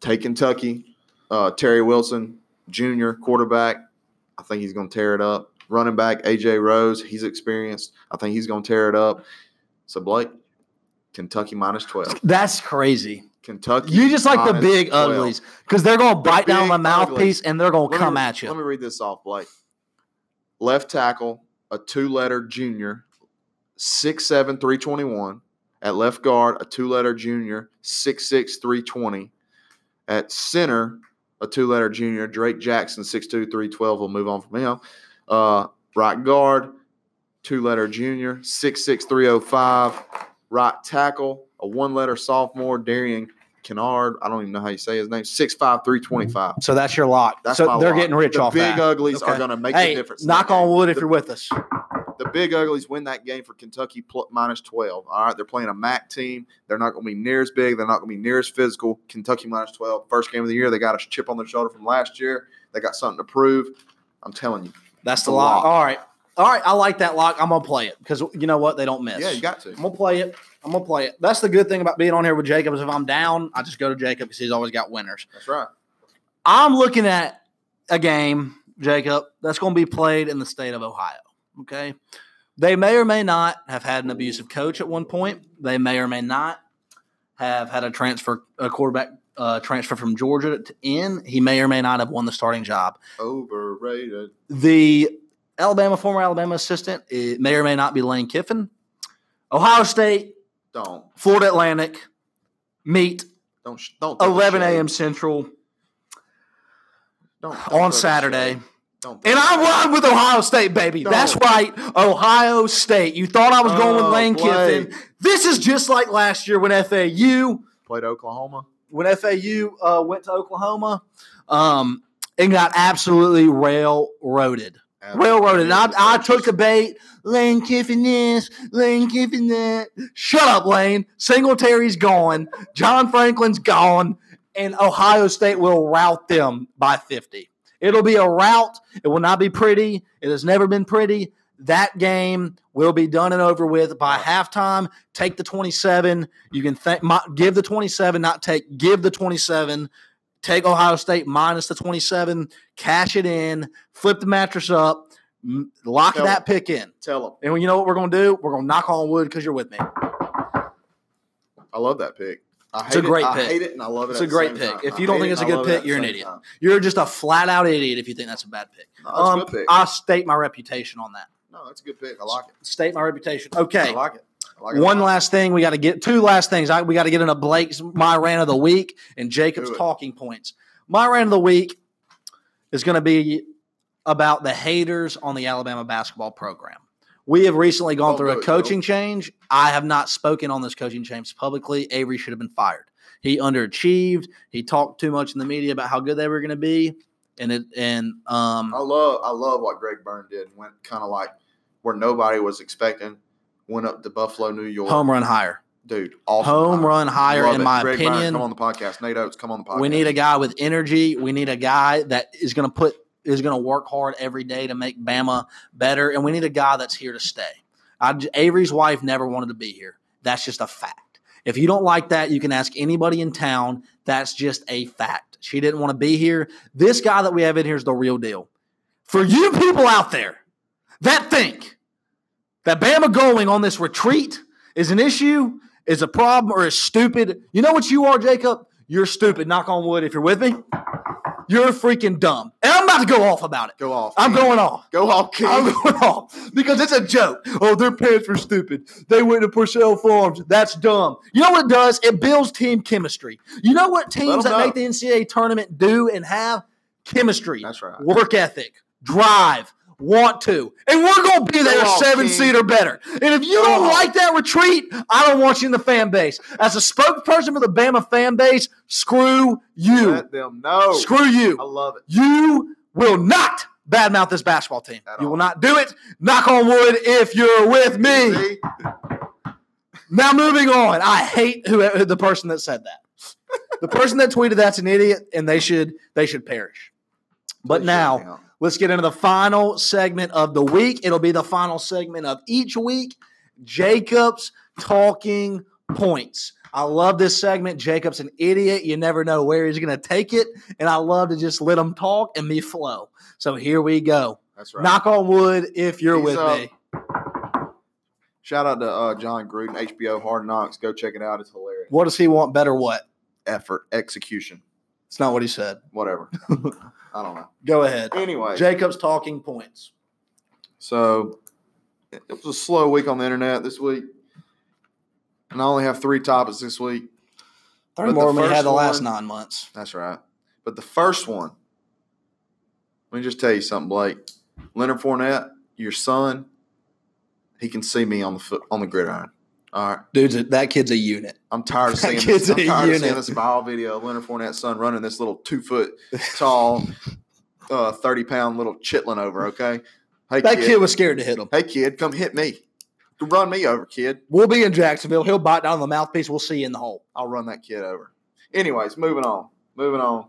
Take Kentucky. Uh, Terry Wilson, junior quarterback. I think he's going to tear it up. Running back AJ Rose, he's experienced. I think he's going to tear it up. So Blake, Kentucky minus twelve.
That's crazy.
Kentucky.
You just like the
minus
big
12.
uglies because they're going to bite down
big
the mouthpiece
uglies.
and they're going
Let
to
me
come
re-
at
Let
you.
me read this off, Blake. Left tackle, a two-letter junior, six seven three twenty one. At left guard, a two-letter junior, six six three twenty. At center, a two-letter junior, Drake Jackson, six two three twelve. We'll move on from him. Uh, right guard, two-letter junior, oh six six three zero five. Right tackle, a one-letter sophomore, Darian Kennard. I don't even know how you say his name. Six five three twenty five.
So that's your lock.
That's
so
my
they're
lock.
getting rich
the
off
big
that.
uglies
Okay.
are going to make
hey,
the difference. in
knock
that
on
game.
wood if
The-
you're with us.
the big uglies win that game for Kentucky pl- minus 12. All right, they're playing a MAC team. They're not going to be near as big. They're not going to be near as physical. Kentucky minus 12. First game of the year, they got a chip on their shoulder from last year. They got something to prove. I'm telling you.
That's the
the lock.
lock. All right. All right. I like that lock. I'm gonna play it because you know what? They don't miss.
Yeah, you got to.
I'm gonna play it. I'm gonna play it. That's the good thing about being on here with Jacob is if I'm down, I just go to Jacob because he's always got winners.
That's right.
I'm looking at a game, Jacob, that's gonna be played in the state of Ohio. Okay. They may or may not have had an abusive coach at one point. They may or may not have had a transfer, a quarterback uh, transfer from Georgia to in. He may or may not have won the starting job.
Overrated.
The Alabama former Alabama assistant it may or may not be Lane Kiffin. Ohio State,
Don't.
Florida Atlantic meet
Don't. sh- Don't. throw the
11
shade.
a.m. Central
Don't- don't throw
on
the
Saturday.
shade. Don't throw
And
the
I'm
shade.
riding with Ohio State, baby.
No.
That's right, Ohio State. You thought I was going with
Oh,
Lane
Blake.
Kiffin. This is just like last year when FAU
Played Oklahoma.
when FAU uh, went to Oklahoma um, and got absolutely railroaded. railroaded. And I, I took a bait. Lane Kiffin this, Lane Kiffin that. Shut up, Lane. Singletary's gone. John Franklin's gone. And Ohio State will rout them by 50. It'll be a rout. It will not be pretty. It has never been pretty. That game will be done and over with by halftime. Take the 27. You can thank, my, give the 27, not take, give the 27. Take Ohio State minus the 27, cash it in, flip the mattress up, m- lock
Tell-
that pick in.
Tell them.
And you know what we're going to do? We're going to knock on wood because you're with me.
I love that pick. I hate
It's a great
it.
pick.
I hate it and I love it.
It's
at
a
the
great
same
pick.
time.
If
I
you don't
hate
think
it
it's a
and I
good
love it at
pick,
the
you're an
same
idiot.
time.
You're just a flat out idiot if you think that's a bad pick.
No, that's a good pick.
Um, I state my reputation on that.
No, that's a good pick. I like it.
State my reputation.
I
Okay.
like it. I like it. a
One
lot.
last thing we got to get. Two last things. I, we got to get into Blake's my rant of the week and Jacob's
Do it.
talking points. My rant of the week is going to be about the haters on the Alabama basketball program. We have recently gone
Don't
through
do
a
it, Joe.
coaching change. I have not spoken on this coaching change publicly. Avery should have been fired. He underachieved. He talked too much in the media about how good they were going to be, and it and um
I love I love what Greg Byrne did. Went kind of like where nobody was expecting. Went up to Buffalo, New York.
home run higher,
Dude, awesome.
home
hire.
run higher
Love
in
it.
my
Greg Byrne,
opinion.
come on the podcast. Nate Oates, come on the podcast.
We need a guy with energy. We need a guy that is going to put is going to work hard every day to make Bama better, and we need a guy that's here to stay. I, j- Avery's wife never wanted to be here. That's just a fact. If you don't like that, you can ask anybody in town. That's just a fact. She didn't want to be here. This guy that we have in here is the real deal. For you people out there that think that Bama going on this retreat is an issue, is a problem, or is stupid, you know what you are, Jacob? You're stupid. Knock on wood if you're with me. You're freaking dumb. And I'm about to go off about it.
go off.
I'm
King.
going off.
Go off, King.
I'm going off because it's a joke. Oh, their parents were stupid. They went to Purcell Farms. That's dumb. You know what it does? It builds team chemistry. You know what teams
'em
that
know.
make the NCAA tournament do and have? Chemistry,
That's right.
work ethic, drive, want to. And we're going to be there
on,
seven
King.
seed or better. And if you
Go
don't
on.
like that retreat, I don't want you in the fan base. As a spokesperson for the Bama fan base, screw you.
Let them know.
Screw you.
oh. I love it.
You will not badmouth this basketball team.
At
You
all.
will not do it. Knock on wood if you're with me.
See?
Now, moving on. I hate who, who- the person that said that. The person that tweeted that's an idiot, and they should they should perish. But
Please
now,
shut me up.
let's get into the final segment of the week. It'll be the final segment of each week. Jacob's talking points. I love this segment. Jacob's an idiot. You never know where he's going to take it. And I love to just let him talk and me flow. So here we go.
That's right.
Knock on wood if you're
He's
with
up.
me.
Shout out to uh, John Gruden, HBO Hard Knocks. Go check it out. It's hilarious.
What does he want better? What?
Effort, execution,
It's not what he said.
whatever. (laughs) I don't know.
Go ahead.
Anyway,
Jacob's talking points.
So it it was a slow week on the internet this week. And I only have three topics this week.
Three
But the
more than we had
first
the last
one-
nine months.
That's right. But the first one, let me just tell you something, Blake. Leonard Fournette, your son, he can see me on the foot, on the gridiron. All right.
Dude's a, that kid's a unit.
I'm tired of
That
seeing
kid's
this. I'm
a
tired of seeing
unit.
this viral video of Leonard Fournette's son running this little two foot tall, uh, thirty pound little chitlin over. Okay, hey
That
kid,
kid was scared to hit him.
hey kid, come hit me, run me over, kid.
We'll be in Jacksonville. He'll bite down on the mouthpiece. We'll see you in the hole.
I'll run that kid over. Anyways, moving on, moving on.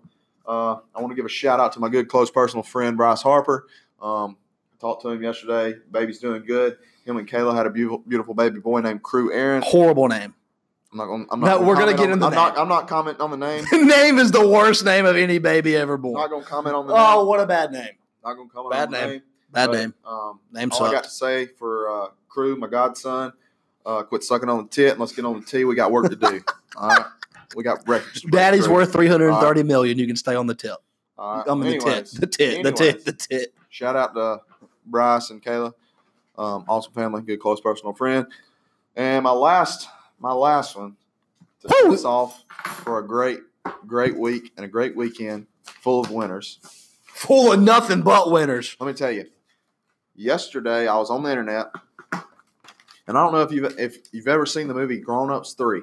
Uh, I want to give a shout out to my good close personal friend Bryce Harper. Um, talked to him yesterday. Baby's doing good. Him and Kayla had a beautiful, beautiful baby boy named Crew Aaron.
Horrible name. (laughs)
I'm not. Gonna, I'm
No,
not.
we're gonna
comment
get
on-
into
I'm not.
that.
I'm not commenting on the name.
name is the worst name of any baby ever
I'm
born.
not gonna comment on the name.
Oh, what a bad name.
Not gonna comment
Bad
on the
name.
name.
Bad
But,
name.
Um,
Name
all I got
sucked.
to say for uh, crew, my godson, uh, quit sucking on the tit and let's get on the tee. We got work to
(laughs)
do. all right, we got records. to break,
Daddy's
crew.
worth three hundred and thirty million. You can stay on the tip.
All right.
I'm in
Anyways,
(laughs) the tit. The tit.
Anyways.
The tit. The tit.
shout out to Bryce and Kayla, um, awesome family, good close personal friend. And my last, my last one to
Woo!
send us off for a great, great week and a great weekend full of winners.
Full of nothing but winners.
Let me tell you. Yesterday, I was on the internet, and I don't know if you've if you've ever seen the movie Grown Ups Three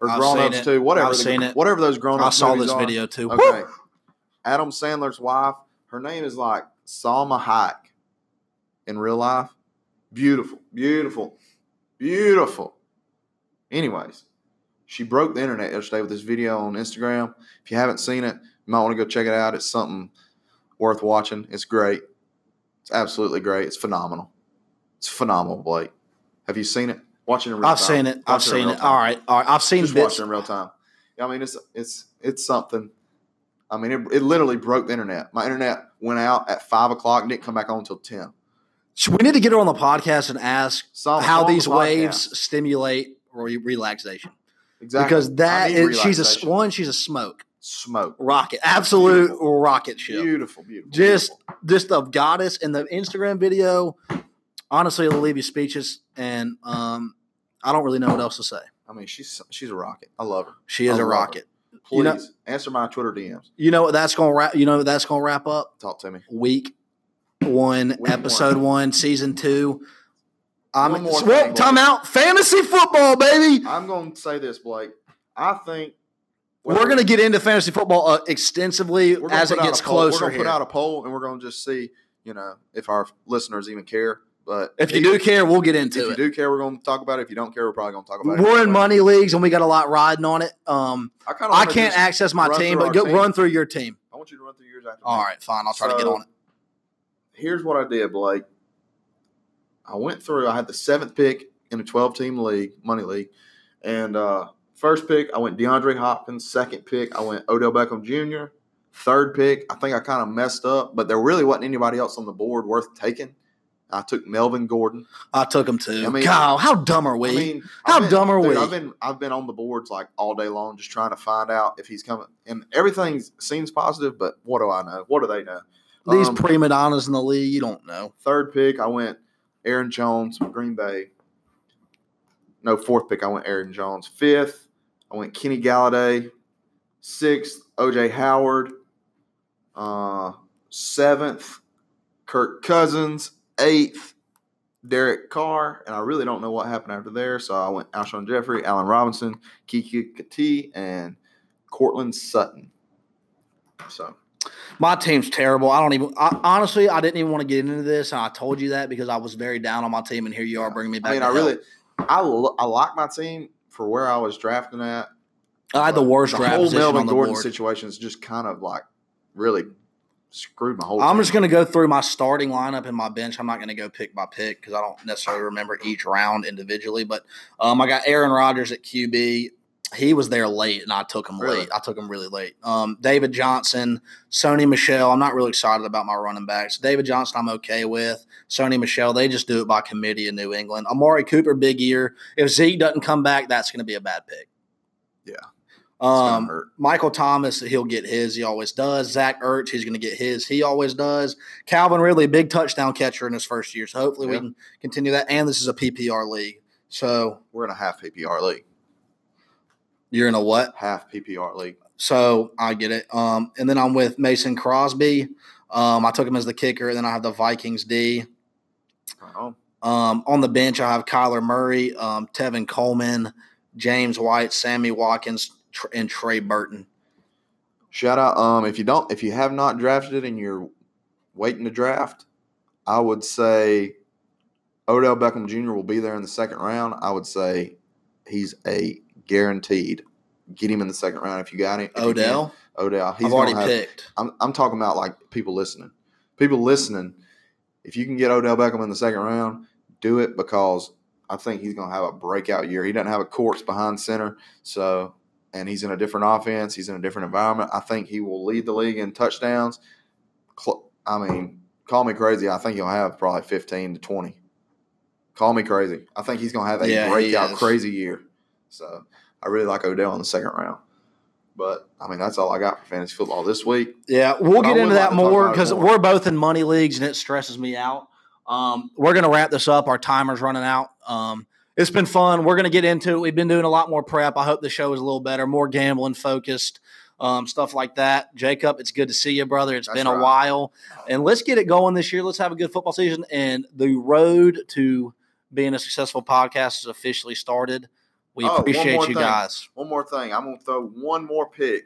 or
I've
Grown
seen
Ups
it.
Two, whatever
I've
the-
seen it.
whatever those Grown
I
Ups.
saw this video too.
Okay,
Woo!
Adam Sandler's wife. Her name is like Salma Hayek in real life. Beautiful, beautiful, beautiful. Anyways, she broke the internet yesterday with this video on Instagram. If you haven't seen it, you might want to go check it out. It's something worth watching. It's great. It's absolutely great. It's phenomenal. It's phenomenal, Blake. Have you seen it? Watching in real
I've
time.
seen it. I've
Watch in
seen
real
it.
time.
All right. All right. I've seen
Just
bits.
watching in real time. I mean, it's it's it's something. I mean, it, it literally broke the internet. My internet went out at five o'clock and didn't come back on until ten.
We need to get her on the podcast and ask
So
how
so Oh, on
these
the podcast.
waves stimulate re- relaxation
exactly
because that
I need
is she's a s-
relaxation.
one she's a smoke
smoke.
rocket absolute
Beautiful.
rocket ship
Beautiful, beautiful.
Just-
beautiful.
just the goddess in the Instagram video. Honestly, it'll leave you speeches, and um, I don't really know what else to say.
I mean, she's she's a rocket. I love her.
She is
I
a
love
rocket.
Please
You know-
answer my Twitter DMs.
You know what that's gonna wrap. You know what that's gonna wrap up
Talk to me.
week one,
Week
episode one. season two. I'm
One more
well,
thing,
time
Blake.
out. Fantasy football, baby.
I'm gonna say this, Blake. I think
We're gonna get into fantasy football uh, extensively
we're gonna
as it
put out
gets
a poll. We're
closer
gonna
here.
put out a poll and we're gonna just see, you know, if our listeners even care. But
if you do care, we'll get
if
into
you
it.
do care, we're gonna talk about it. If you don't care, we're probably gonna talk about it.
We're in
anyway.
money leagues, and we got a lot riding on it. Um,
I kind of
I can't access my
run
team,
through
but
our
go,
team.
run through your team.
I want you to run through yours after.
All
me.
right, fine. I'll try to get
So-
on it.
Here's what I did, Blake. I went through. I had the seventh pick in a 12 team league, money league, and uh, first pick I went DeAndre Hopkins. Second pick I went Odell Beckham Jr. Third pick I think I kind of messed up, but there really wasn't anybody else on the board worth taking. I took Melvin Gordon.
I took him too.
I mean-
God, how dumb are we?
I mean,
How
I've been-
dumb are
dude,
we?
I've been I've been on the boards like all day long, just trying to find out if he's coming. And everything seems positive, but what do I know? What do they know?
These
um,
prima donnas in the league, you don't know.
Third pick, I went Aaron Jones, Green Bay. No, fourth pick, I went Aaron Jones. Fifth, I went Kenny Galladay. Sixth, OJ Howard. Uh, seventh, Kirk Cousins. Eighth, Derek Carr. And I really don't know what happened after there. So I went Alshon Jeffrey, Allen Robinson, Kiki Kati, and Cortland Sutton. So
My team's terrible. I don't even. I, honestly, I didn't even want to get into this, and I told you that because I was very down on my team, and here you are bringing me back.
I mean,
to
I
hell.
really, I, lo- I like my team for where I was drafting at.
I had the
But
worst
the
draft
whole
position
Melvin
on the
Gordon
board.
situation is just kind of like really screwed my whole.
I'm
team.
just going to go through my starting lineup and my bench. I'm not going to go pick by pick because I don't necessarily remember each round individually. But um, I got Aaron Rodgers at QB. He was there late, and I took him
Really?
late. I took him really late. Um, David Johnson, Sony Michelle. I'm not really excited about my running backs. David Johnson, I'm okay with. Sony Michelle, they just do it by committee in New England. Amari Cooper, big year. If Zeke doesn't come back, that's going to be a bad pick.
Yeah. It's gonna
Um,
hurt.
Michael Thomas, he'll get his. He always does. Zach Ertz, he's going to get his. He always does. Calvin Ridley, big touchdown catcher in his first year. So hopefully we
Yeah.
can continue that. And this is a PPR league. So
We're in a half PPR league.
you're in a what?
Half PPR league.
So I get it. Um, and then I'm with Mason Crosby. Um, I took him as the kicker. And then I have the Vikings D.
Right on.
Um, on the bench, I have Kyler Murray, um, Tevin Coleman, James White, Sammy Watkins, Tr- and Trey Burton.
Shout out. Um, if you don't, if you have not drafted and you're waiting to draft, I would say Odell Beckham Jr. will be there in the second round. I would say he's a guaranteed. Get him in the second round if you got him. if you
Odell,
can. Odell. He's
I've already
gonna have-
picked.
I'm, I'm talking about like people listening. People listening. If you can get Odell Beckham in the second round, do it because I think he's going to have a breakout year. He doesn't have a corpse behind center, so and he's in a different offense. He's in a different environment. I think he will lead the league in touchdowns. Cl- I mean, call me crazy. I think he'll have probably 15 to 20. Call me crazy. I think he's going to have a
Yeah, he
breakout
is.
crazy year. So I really like Odell in the second round. But I mean, that's all I got for fantasy football this week.
Yeah, we'll
But I
get
would
into
like
that
to talk
more
about it
because
more.
we're both in money leagues and it stresses me out. Um, we're gonna wrap this up. Our timer's running out. Um, it's been fun. We're gonna get into it. We've been doing a lot more prep. I hope the show is a little better, more gambling focused, um, stuff like that. Jacob, it's good to see you, brother. It's
That's
been a
right.
while, and let's get it going this year. Let's have a good football season, and the road to being a successful podcast is officially started. We
Oh, one
appreciate
more
you
thing.
guys.
One more thing. I'm gonna throw one more pick.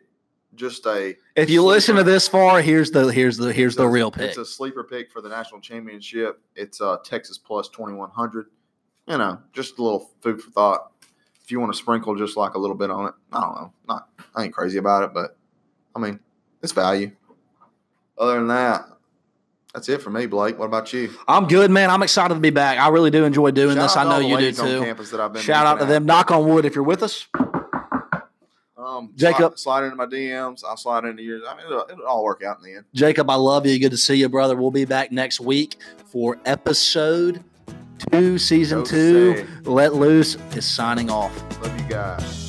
Just a
If you listen to this far, here's the here's the here's the
it's a-
real pick.
It's a sleeper pick for the national championship. It's uh, Texas plus 2100. You know, just a little food for thought. If you want to sprinkle just like a little bit on it, I don't know. Not I ain't crazy about it, but I mean, it's value. Other than that, that's it for me, Blake. What about you?
I'm good, man. I'm excited to be back. I really do enjoy doing
Shout
this.
out
I
to
know
all the
you do
ladies on
too.
campus that I've been
Shout out to
looking at.
them. Knock on wood if you're with us.
Um, slide,
Jacob.
slide into my DMs. I'll slide into yours. I mean, it'll, it'll all work out in the end.
Jacob, I love you. Good to see you, brother. We'll be back next week for episode two, season
Go
two.
say.
Let Loose is signing off.
Love you guys.